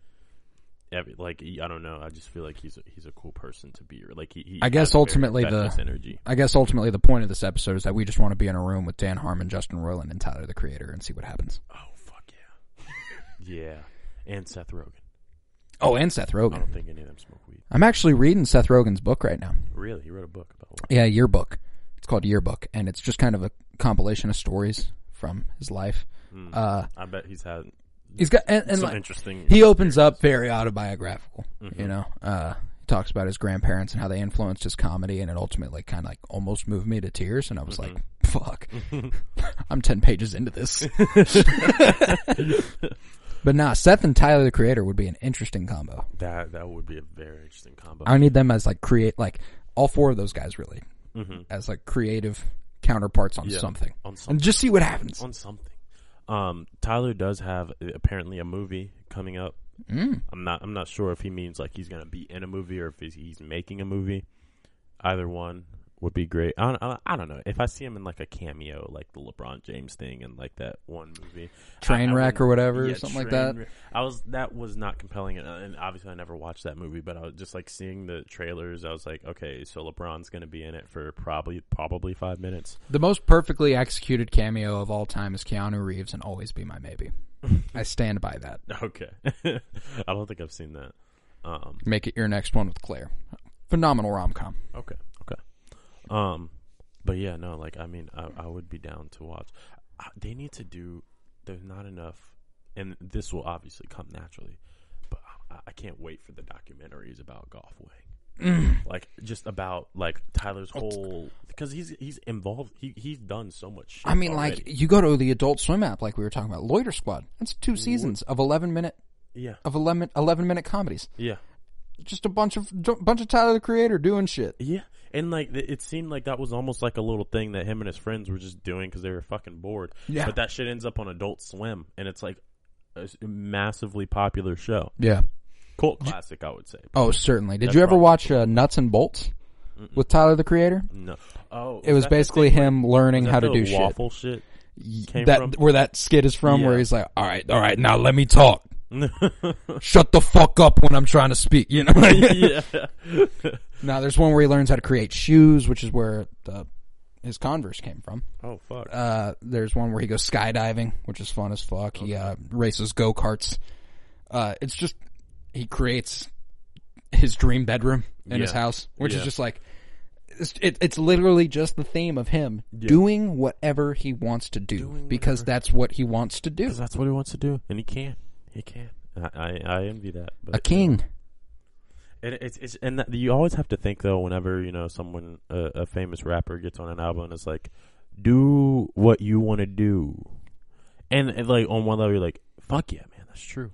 [SPEAKER 2] every like I don't know. I just feel like he's a, he's a cool person to be. Like he, he
[SPEAKER 1] I guess
[SPEAKER 2] has a very
[SPEAKER 1] ultimately the-
[SPEAKER 2] infectious energy.
[SPEAKER 1] I guess ultimately the point of this episode is that we just want to be in a room with Dan Harmon, Justin Roiland, and Tyler the Creator and see what happens.
[SPEAKER 2] Oh fuck yeah. Yeah, and Seth Rogen.
[SPEAKER 1] Oh, and Seth
[SPEAKER 2] I
[SPEAKER 1] Rogen.
[SPEAKER 2] don't think any of them smoke weed.
[SPEAKER 1] I'm actually reading Seth Rogen's book right now.
[SPEAKER 2] Really, he wrote a book about
[SPEAKER 1] Yeah, yearbook. It's called Yearbook, and it's just kind of a compilation of stories from his life. Uh,
[SPEAKER 2] I bet he's had
[SPEAKER 1] he's got and, and
[SPEAKER 2] some
[SPEAKER 1] like,
[SPEAKER 2] interesting.
[SPEAKER 1] he opens up very autobiographical.
[SPEAKER 2] Mm-hmm.
[SPEAKER 1] You know, uh, he talks about his grandparents and how they influenced his comedy, and it ultimately kind of like almost moved me to tears. And I
[SPEAKER 2] Mm-hmm.
[SPEAKER 1] was like, "Fuck, I'm ten pages into this." but nah, Seth and Tyler the Creator would be an interesting combo.
[SPEAKER 2] that that would be a very interesting combo.
[SPEAKER 1] I need them as like create like all four of those guys really as like creative counterparts on
[SPEAKER 2] Mm-hmm. Yeah,
[SPEAKER 1] something.
[SPEAKER 2] on
[SPEAKER 1] and
[SPEAKER 2] something.
[SPEAKER 1] just see what happens.
[SPEAKER 2] on something. Um, Tyler does have uh, apparently a movie coming up.
[SPEAKER 1] Mm.
[SPEAKER 2] I'm not. I'm not sure if he means like he's gonna be in a movie or if he's, he's making a movie. Either one would be great. I don't, I, I don't know if I see him in like a cameo, like the LeBron James thing, and like that one movie,
[SPEAKER 1] Trainwreck
[SPEAKER 2] I- I wouldn't-
[SPEAKER 1] or whatever, something like that.
[SPEAKER 2] Trainwreck. I was that was not compelling, and, and obviously I never watched that movie. But I was just like seeing the trailers. I was like, okay, so LeBron's gonna be in it for probably probably five minutes.
[SPEAKER 1] The most perfectly executed cameo of all time is Keanu Reeves and Always Be My Maybe. I stand by that.
[SPEAKER 2] Okay, I don't think I've seen that. Um,
[SPEAKER 1] Make it your next one with Claire. Phenomenal rom com.
[SPEAKER 2] Okay. Okay. Um, but yeah, no, like I mean, I, I would be down to watch. I, they need to do. There's not enough, and this will obviously come naturally. But I, I can't wait for the documentaries about golf wing,
[SPEAKER 1] Mm.
[SPEAKER 2] like just about like Tyler's whole because he's he's involved. He he's done so much. Shit
[SPEAKER 1] I mean,
[SPEAKER 2] already.
[SPEAKER 1] like you go to the Adult Swim app, like we were talking about, Loiter Squad. That's two seasons of eleven minute
[SPEAKER 2] yeah,
[SPEAKER 1] of 11, 11 minute comedies.
[SPEAKER 2] yeah.
[SPEAKER 1] Just a bunch of bunch of Tyler the Creator doing shit.
[SPEAKER 2] Yeah, and like th- it seemed like that was almost like a little thing that him and his friends were just doing because they were fucking bored.
[SPEAKER 1] Yeah.
[SPEAKER 2] but that shit ends up on Adult Swim, and it's like a s- massively popular show,
[SPEAKER 1] Yeah.
[SPEAKER 2] cult classic, I would say.
[SPEAKER 1] Oh, certainly. Did
[SPEAKER 2] That's
[SPEAKER 1] you ever
[SPEAKER 2] probably
[SPEAKER 1] watch uh, Nuts and Bolts with Tyler the Creator?
[SPEAKER 2] No, oh,
[SPEAKER 1] It was
[SPEAKER 2] that the
[SPEAKER 1] basically
[SPEAKER 2] thing where-
[SPEAKER 1] him learning
[SPEAKER 2] was
[SPEAKER 1] how
[SPEAKER 2] that
[SPEAKER 1] to
[SPEAKER 2] the
[SPEAKER 1] do shit.
[SPEAKER 2] waffle shit. came
[SPEAKER 1] That
[SPEAKER 2] from?
[SPEAKER 1] where that skit is from, where
[SPEAKER 2] Yeah.
[SPEAKER 1] he's like, "All right, all right, now let me talk. Shut the fuck up when I'm trying to speak." You know.
[SPEAKER 2] yeah,
[SPEAKER 1] now there's one where he learns how to create shoes, which is where the, his Converse came from.
[SPEAKER 2] oh fuck,
[SPEAKER 1] Uh, there's one where he goes skydiving, which is fun as fuck. He uh, races go karts. Uh, it's just he creates his dream bedroom in his
[SPEAKER 2] Yeah.
[SPEAKER 1] house, which is
[SPEAKER 2] Yeah.
[SPEAKER 1] just like it's, it, it's literally just the theme of him doing whatever he wants to do because that's what he wants to do.
[SPEAKER 2] 'Cause that's what he wants to do, and he can, he can. I I, I envy that. But
[SPEAKER 1] A king.
[SPEAKER 2] And it's, it's and that, you always have to think though whenever you know someone a, a famous rapper gets on an album and it's like do what you want to do, and, and, like on one level you're like fuck yeah man that's true,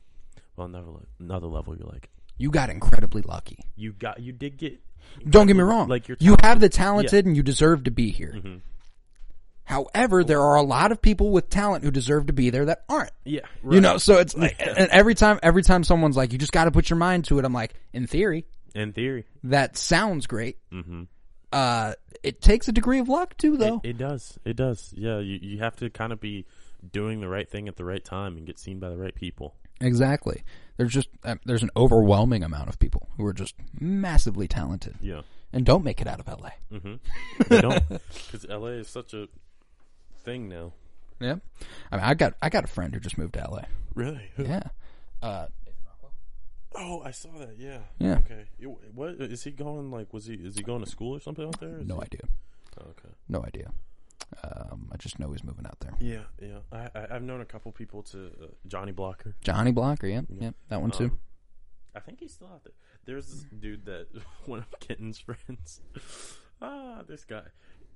[SPEAKER 2] well another le- another level you're like
[SPEAKER 1] You got incredibly lucky.
[SPEAKER 2] you got you did get
[SPEAKER 1] Don't get me wrong.
[SPEAKER 2] like you're
[SPEAKER 1] you have the
[SPEAKER 2] talented. Mm-hmm.
[SPEAKER 1] talented and you deserve to be here. However, there are a lot of people with talent who deserve to be there that aren't.
[SPEAKER 2] yeah
[SPEAKER 1] You know, so it's like, and every time, every time someone's like, you just got to put your mind to it. I'm like, in theory,
[SPEAKER 2] in theory
[SPEAKER 1] that sounds great. Mm-hmm. Uh, it takes a degree of luck too, though.
[SPEAKER 2] it does it does yeah you you have to kind of be doing the right thing at the right time and get seen by the right people
[SPEAKER 1] exactly. There's just, uh, there's an overwhelming amount of people who are just massively talented
[SPEAKER 2] yeah
[SPEAKER 1] and don't make it out of LA.
[SPEAKER 2] they don't because LA is such a thing now
[SPEAKER 1] Yeah. I mean, I got, I got a friend who just moved to LA.
[SPEAKER 2] really
[SPEAKER 1] Yeah. Uh,
[SPEAKER 2] Oh, I saw that. Yeah.
[SPEAKER 1] Yeah.
[SPEAKER 2] Okay. It- What is he going? Like, was he is he going to school or something out there? Is
[SPEAKER 1] no idea.
[SPEAKER 2] he- oh, okay.
[SPEAKER 1] No idea. Um, I just know he's moving out there.
[SPEAKER 2] Yeah, yeah. I, I I've known a couple people to uh, Johnny Blocker.
[SPEAKER 1] Johnny Blocker. Yeah. Yeah. That one too.
[SPEAKER 2] Um, I think he's still out there. There's this dude that one of Kenton's friends. ah, this guy.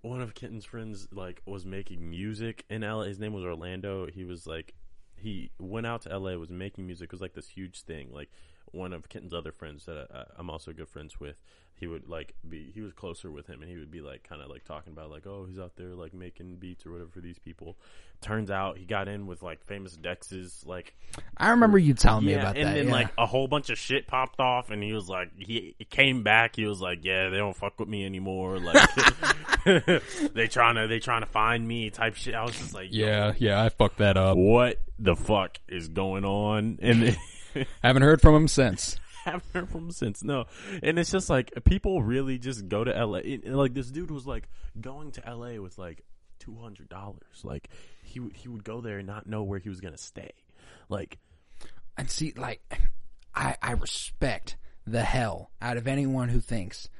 [SPEAKER 2] One of Kenton's friends like was making music in LA. His name was Orlando. He was like he went out to LA was making music. It was like this huge thing. Like one of Kenton's other friends that I, I, I'm also good friends with. He would like be he was closer with him and he would be like kind of like talking about like oh he's out there like making beats or whatever for these people. Turns out he got in with like famous Dex's like
[SPEAKER 1] I remember you telling me
[SPEAKER 2] yeah,
[SPEAKER 1] about
[SPEAKER 2] and
[SPEAKER 1] that.
[SPEAKER 2] then
[SPEAKER 1] yeah.
[SPEAKER 2] like a whole bunch of shit popped off, and he was like, he, he came back. He was like, yeah, they don't fuck with me anymore. Like they trying to they trying to find me type shit. I was just like, yo,
[SPEAKER 1] yeah, I fucked that up.
[SPEAKER 2] what the fuck is going on? And then,
[SPEAKER 1] Haven't heard from him since.
[SPEAKER 2] haven't heard from him since. No, and it's just like people really just go to LA. And, and, like this dude was like going to LA with like two hundred dollars. Like he would- he would go there and not know where he was gonna stay. Like
[SPEAKER 1] and see, like, I I respect the hell out of anyone who thinks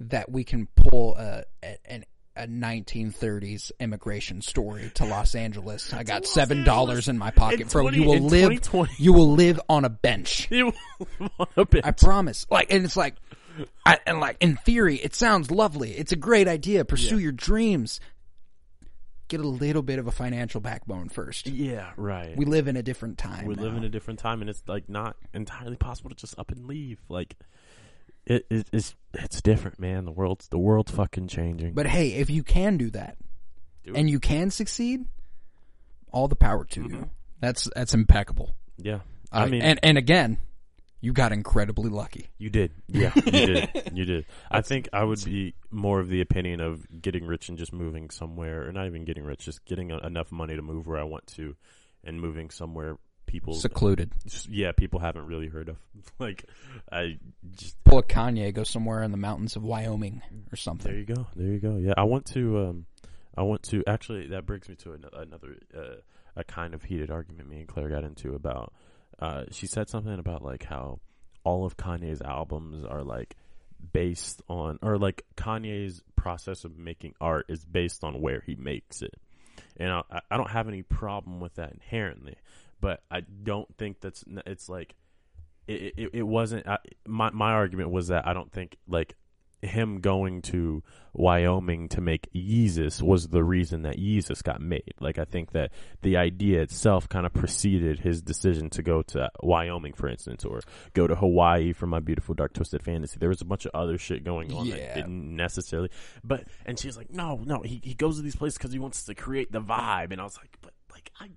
[SPEAKER 1] that we can pull a a, an- a 1930s immigration story to Los Angeles. I got seven dollars in my pocket,
[SPEAKER 2] In
[SPEAKER 1] bro.
[SPEAKER 2] 20
[SPEAKER 1] you will
[SPEAKER 2] in
[SPEAKER 1] live.
[SPEAKER 2] 2020.
[SPEAKER 1] You will live on a bench.
[SPEAKER 2] You want a bit.
[SPEAKER 1] I promise. Like, and it's like, I, and like in theory, it sounds lovely. It's a great idea. Pursue your dreams. Get a little bit of a financial backbone first.
[SPEAKER 2] yeah, right.
[SPEAKER 1] We live in a different time.
[SPEAKER 2] we
[SPEAKER 1] now.
[SPEAKER 2] live in a different time, and it's like not entirely possible to just up and leave. Like it, it it's it's different, man. The world's the world's fucking changing.
[SPEAKER 1] But hey, if you can do that,
[SPEAKER 2] Do
[SPEAKER 1] and you can succeed, all the power to
[SPEAKER 2] Mm-hmm.
[SPEAKER 1] you. That's that's impeccable.
[SPEAKER 2] yeah,
[SPEAKER 1] I mean, and and again, you got incredibly lucky.
[SPEAKER 2] You did. Yeah, you did. You did. I think I would be more of the opinion of getting rich and just moving somewhere, or not even getting rich, just getting a, enough money to move where I want to, and moving somewhere people,
[SPEAKER 1] Secluded.
[SPEAKER 2] yeah, people haven't really heard of. Like, I just
[SPEAKER 1] Pull a Kanye, go somewhere in the mountains of Wyoming or
[SPEAKER 2] there
[SPEAKER 1] something.
[SPEAKER 2] you go, there you go. Yeah, I want to. um I want to actually. That brings me to another, another uh, a kind of heated argument me and Claire got into about. Uh, she said something about like how all of Kanye's albums are like based on, or like Kanye's process of making art is based on where he makes it, and I, I- I don't have any problem with that inherently, but I don't think that's n- it's like it it, it wasn't I, my my argument was that I don't think like him going to Wyoming to make Yeezus was the reason that Yeezus got made. Like I think that the idea itself kind of preceded his decision to go to Wyoming, for instance, or go to Hawaii for my beautiful dark twisted fantasy. There was a bunch of other shit going on that
[SPEAKER 1] Yeah.
[SPEAKER 2] didn't necessarily. But and she's like, no, no, he he goes to these places because he wants to create the vibe. And I was like, but like I.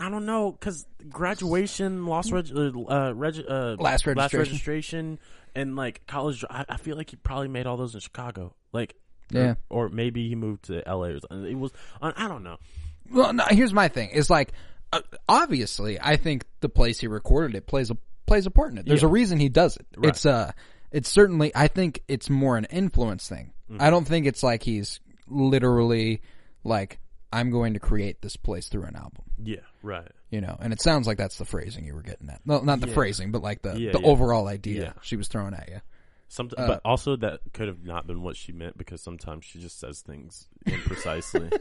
[SPEAKER 2] I don't know because graduation, lost reg, uh, reg, uh,
[SPEAKER 1] Last registration.
[SPEAKER 2] registration, and like college. I, I feel like he probably made all those in Chicago, like
[SPEAKER 1] Yeah.
[SPEAKER 2] or, or maybe he moved to L.A. Or something. It was I I don't know.
[SPEAKER 1] Well, no, here's my thing: is like, uh, obviously, I think the place he recorded it plays a plays a part in it. There's a reason he does it. It's uh, it's certainly. I think it's more an influence thing.
[SPEAKER 2] Mm-hmm.
[SPEAKER 1] I don't think it's like he's literally like, I'm going to create this place through an album.
[SPEAKER 2] Yeah, right.
[SPEAKER 1] You know, and it sounds like that's the phrasing you were getting at. No, not the phrasing, but like the
[SPEAKER 2] Yeah,
[SPEAKER 1] the
[SPEAKER 2] yeah.
[SPEAKER 1] overall idea
[SPEAKER 2] Yeah.
[SPEAKER 1] she was throwing at you.
[SPEAKER 2] Some, but also that could have not been what she meant because sometimes she just says things imprecisely.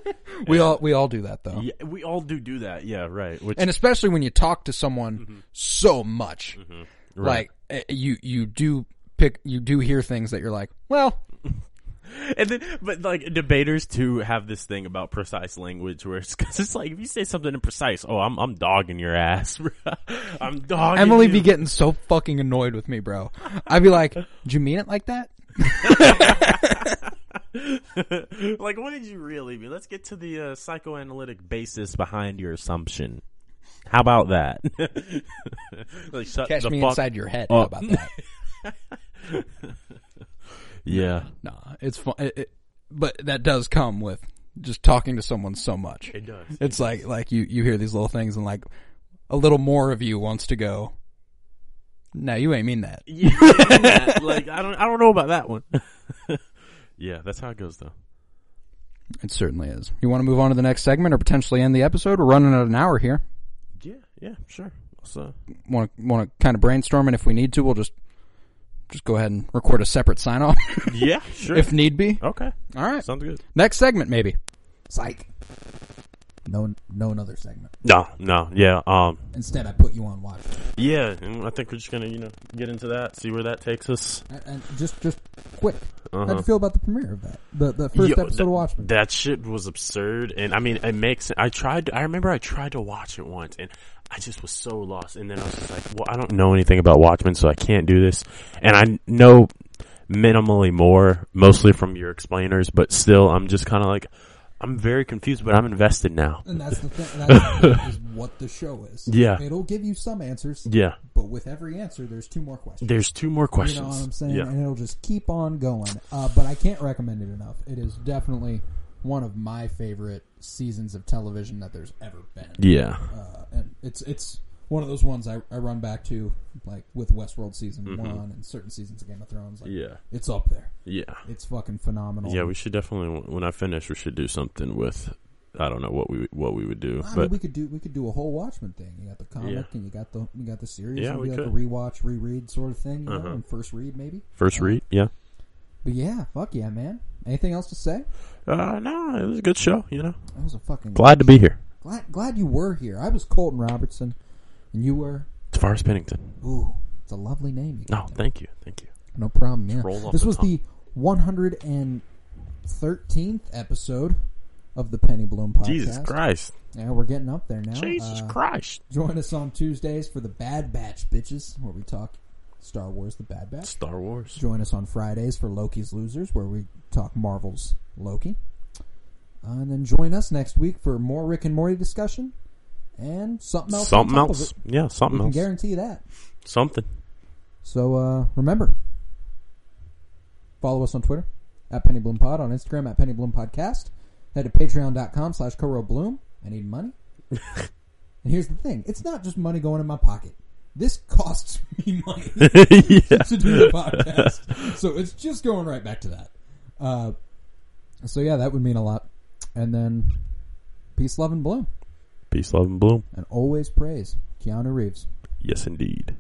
[SPEAKER 1] We all we all do that though.
[SPEAKER 2] yeah, we all do do that. Yeah, right. Which
[SPEAKER 1] and especially when you talk to someone
[SPEAKER 2] Mm-hmm.
[SPEAKER 1] so much, like eh, you you do pick you do hear things that you're like, well,
[SPEAKER 2] And then, but like debaters too have this thing about precise language, where it's because it's like if you say something imprecise, oh, I'm I'm dogging your ass, bro. I'm dogging.
[SPEAKER 1] Emily
[SPEAKER 2] you.
[SPEAKER 1] be getting so fucking annoyed with me, bro. I'd be like, do you mean it like that?
[SPEAKER 2] like, what did you really mean? Let's get to the uh, psychoanalytic basis behind your assumption. How about that? like, shut
[SPEAKER 1] Catch
[SPEAKER 2] the
[SPEAKER 1] me
[SPEAKER 2] fuck.
[SPEAKER 1] inside your head
[SPEAKER 2] up.
[SPEAKER 1] about that.
[SPEAKER 2] Yeah,
[SPEAKER 1] nah, it's fun, it, it, but that does come with just talking to someone so much.
[SPEAKER 2] it does.
[SPEAKER 1] It's like like you you hear these little things and like a little more of you wants to go. No, you ain't mean that.
[SPEAKER 2] Yeah, like, I don't, I don't know about that one. yeah, that's how it goes, though.
[SPEAKER 1] It certainly is. You want to move on to the next segment or potentially end the episode? We're running out an hour here.
[SPEAKER 2] Yeah, yeah, sure. So,
[SPEAKER 1] Want to want to kind of brainstorm, and if we need to, we'll just just go ahead and record a separate sign off
[SPEAKER 2] yeah, sure.
[SPEAKER 1] if need be.
[SPEAKER 2] okay,
[SPEAKER 1] All right,
[SPEAKER 2] sounds good.
[SPEAKER 1] next segment maybe.
[SPEAKER 4] Psych. No, no, another segment.
[SPEAKER 2] No, no, yeah, um,
[SPEAKER 4] Instead, I put you on watch.
[SPEAKER 2] yeah. and I think we're just gonna, you know, get into that, see where that takes us.
[SPEAKER 4] And, and just, just quick. How
[SPEAKER 2] Uh-huh.
[SPEAKER 4] would you feel about the premiere of that? The the first
[SPEAKER 2] Yo,
[SPEAKER 4] episode
[SPEAKER 2] that,
[SPEAKER 4] of Watchmen.
[SPEAKER 2] That shit was absurd, and I mean, it makes. I tried. I remember I tried to watch it once, and I just was so lost. And then I was just like, "Well, I don't know anything about Watchmen, so I can't do this." And I know minimally more, mostly from your explainers, but still, I'm just kind of like, I'm very confused, but I'm invested now.
[SPEAKER 4] and that's the thing. That's the thing, is what the show is.
[SPEAKER 2] Yeah.
[SPEAKER 4] it'll give you some answers.
[SPEAKER 2] Yeah,
[SPEAKER 4] But with every answer, there's two more questions.
[SPEAKER 2] there's two more
[SPEAKER 4] You know what I'm
[SPEAKER 2] questions.
[SPEAKER 4] saying?
[SPEAKER 2] Yeah,
[SPEAKER 4] And it'll just keep on going. Uh, but I can't recommend it enough. It is definitely one of my favorite seasons of television that there's ever been.
[SPEAKER 2] yeah.
[SPEAKER 4] Uh, and it's it's one of those ones I, I run back to, like with Westworld season one and certain seasons of Game of Thrones. Like,
[SPEAKER 2] Mm-hmm. Yeah.
[SPEAKER 4] it's up there.
[SPEAKER 2] Yeah.
[SPEAKER 4] It's fucking phenomenal.
[SPEAKER 2] Yeah, we should definitely. When I finish, we should do something with I don't know what we what we would do,
[SPEAKER 1] I mean,
[SPEAKER 2] but
[SPEAKER 1] we could do we could do a whole Watchmen thing. You got the comic
[SPEAKER 2] Yeah.
[SPEAKER 1] and you got the you got the series.
[SPEAKER 2] Yeah,
[SPEAKER 1] It'd
[SPEAKER 2] we
[SPEAKER 1] be like
[SPEAKER 2] could.
[SPEAKER 1] a rewatch, reread sort of thing, you know,
[SPEAKER 2] Uh-huh.
[SPEAKER 1] and first read maybe.
[SPEAKER 2] first read, yeah.
[SPEAKER 1] But yeah, fuck yeah, man. Anything else to say?
[SPEAKER 2] Uh, no, it was a good show. You know,
[SPEAKER 1] That was a fucking
[SPEAKER 2] glad to be here.
[SPEAKER 1] glad glad you were here. I was Colton Robertson, and you were
[SPEAKER 2] As far as Pennington.
[SPEAKER 1] ooh, it's a lovely name. You
[SPEAKER 2] No, thank you, thank you.
[SPEAKER 1] No problem. Yeah,
[SPEAKER 2] rolls off
[SPEAKER 1] this
[SPEAKER 2] the
[SPEAKER 1] was the 113th episode of the Penny Bloom podcast.
[SPEAKER 2] Jesus Christ,
[SPEAKER 1] Yeah, we're getting up there now.
[SPEAKER 2] Jesus
[SPEAKER 1] Uh,
[SPEAKER 2] Christ,
[SPEAKER 1] Join us on Tuesdays for the Bad Batch bitches, where we talk Star Wars: The Bad Batch.
[SPEAKER 2] Star Wars.
[SPEAKER 1] Join us on Fridays for Loki's Losers, where we talk Marvel's Loki. Uh, and then join us next week for more Rick and Morty discussion and something else. on
[SPEAKER 2] Something
[SPEAKER 1] top of
[SPEAKER 2] else,
[SPEAKER 1] it.
[SPEAKER 2] yeah,
[SPEAKER 1] We
[SPEAKER 2] something
[SPEAKER 1] can
[SPEAKER 2] else,
[SPEAKER 1] guarantee that.
[SPEAKER 2] something.
[SPEAKER 1] So uh, remember, follow us on Twitter at Penny Bloom Pod, on Instagram at Penny Bloom Podcast. Head to patreon.com slash Koro Bloom. I need money. and here's the thing it's not just money going in my pocket. This costs me money
[SPEAKER 2] yeah.
[SPEAKER 1] to do the podcast. So it's just going right back to that. Uh, so yeah, that would mean a lot. And then peace, love, and bloom.
[SPEAKER 2] Peace, love, and bloom.
[SPEAKER 1] And always praise Keanu Reeves.
[SPEAKER 2] Yes, indeed.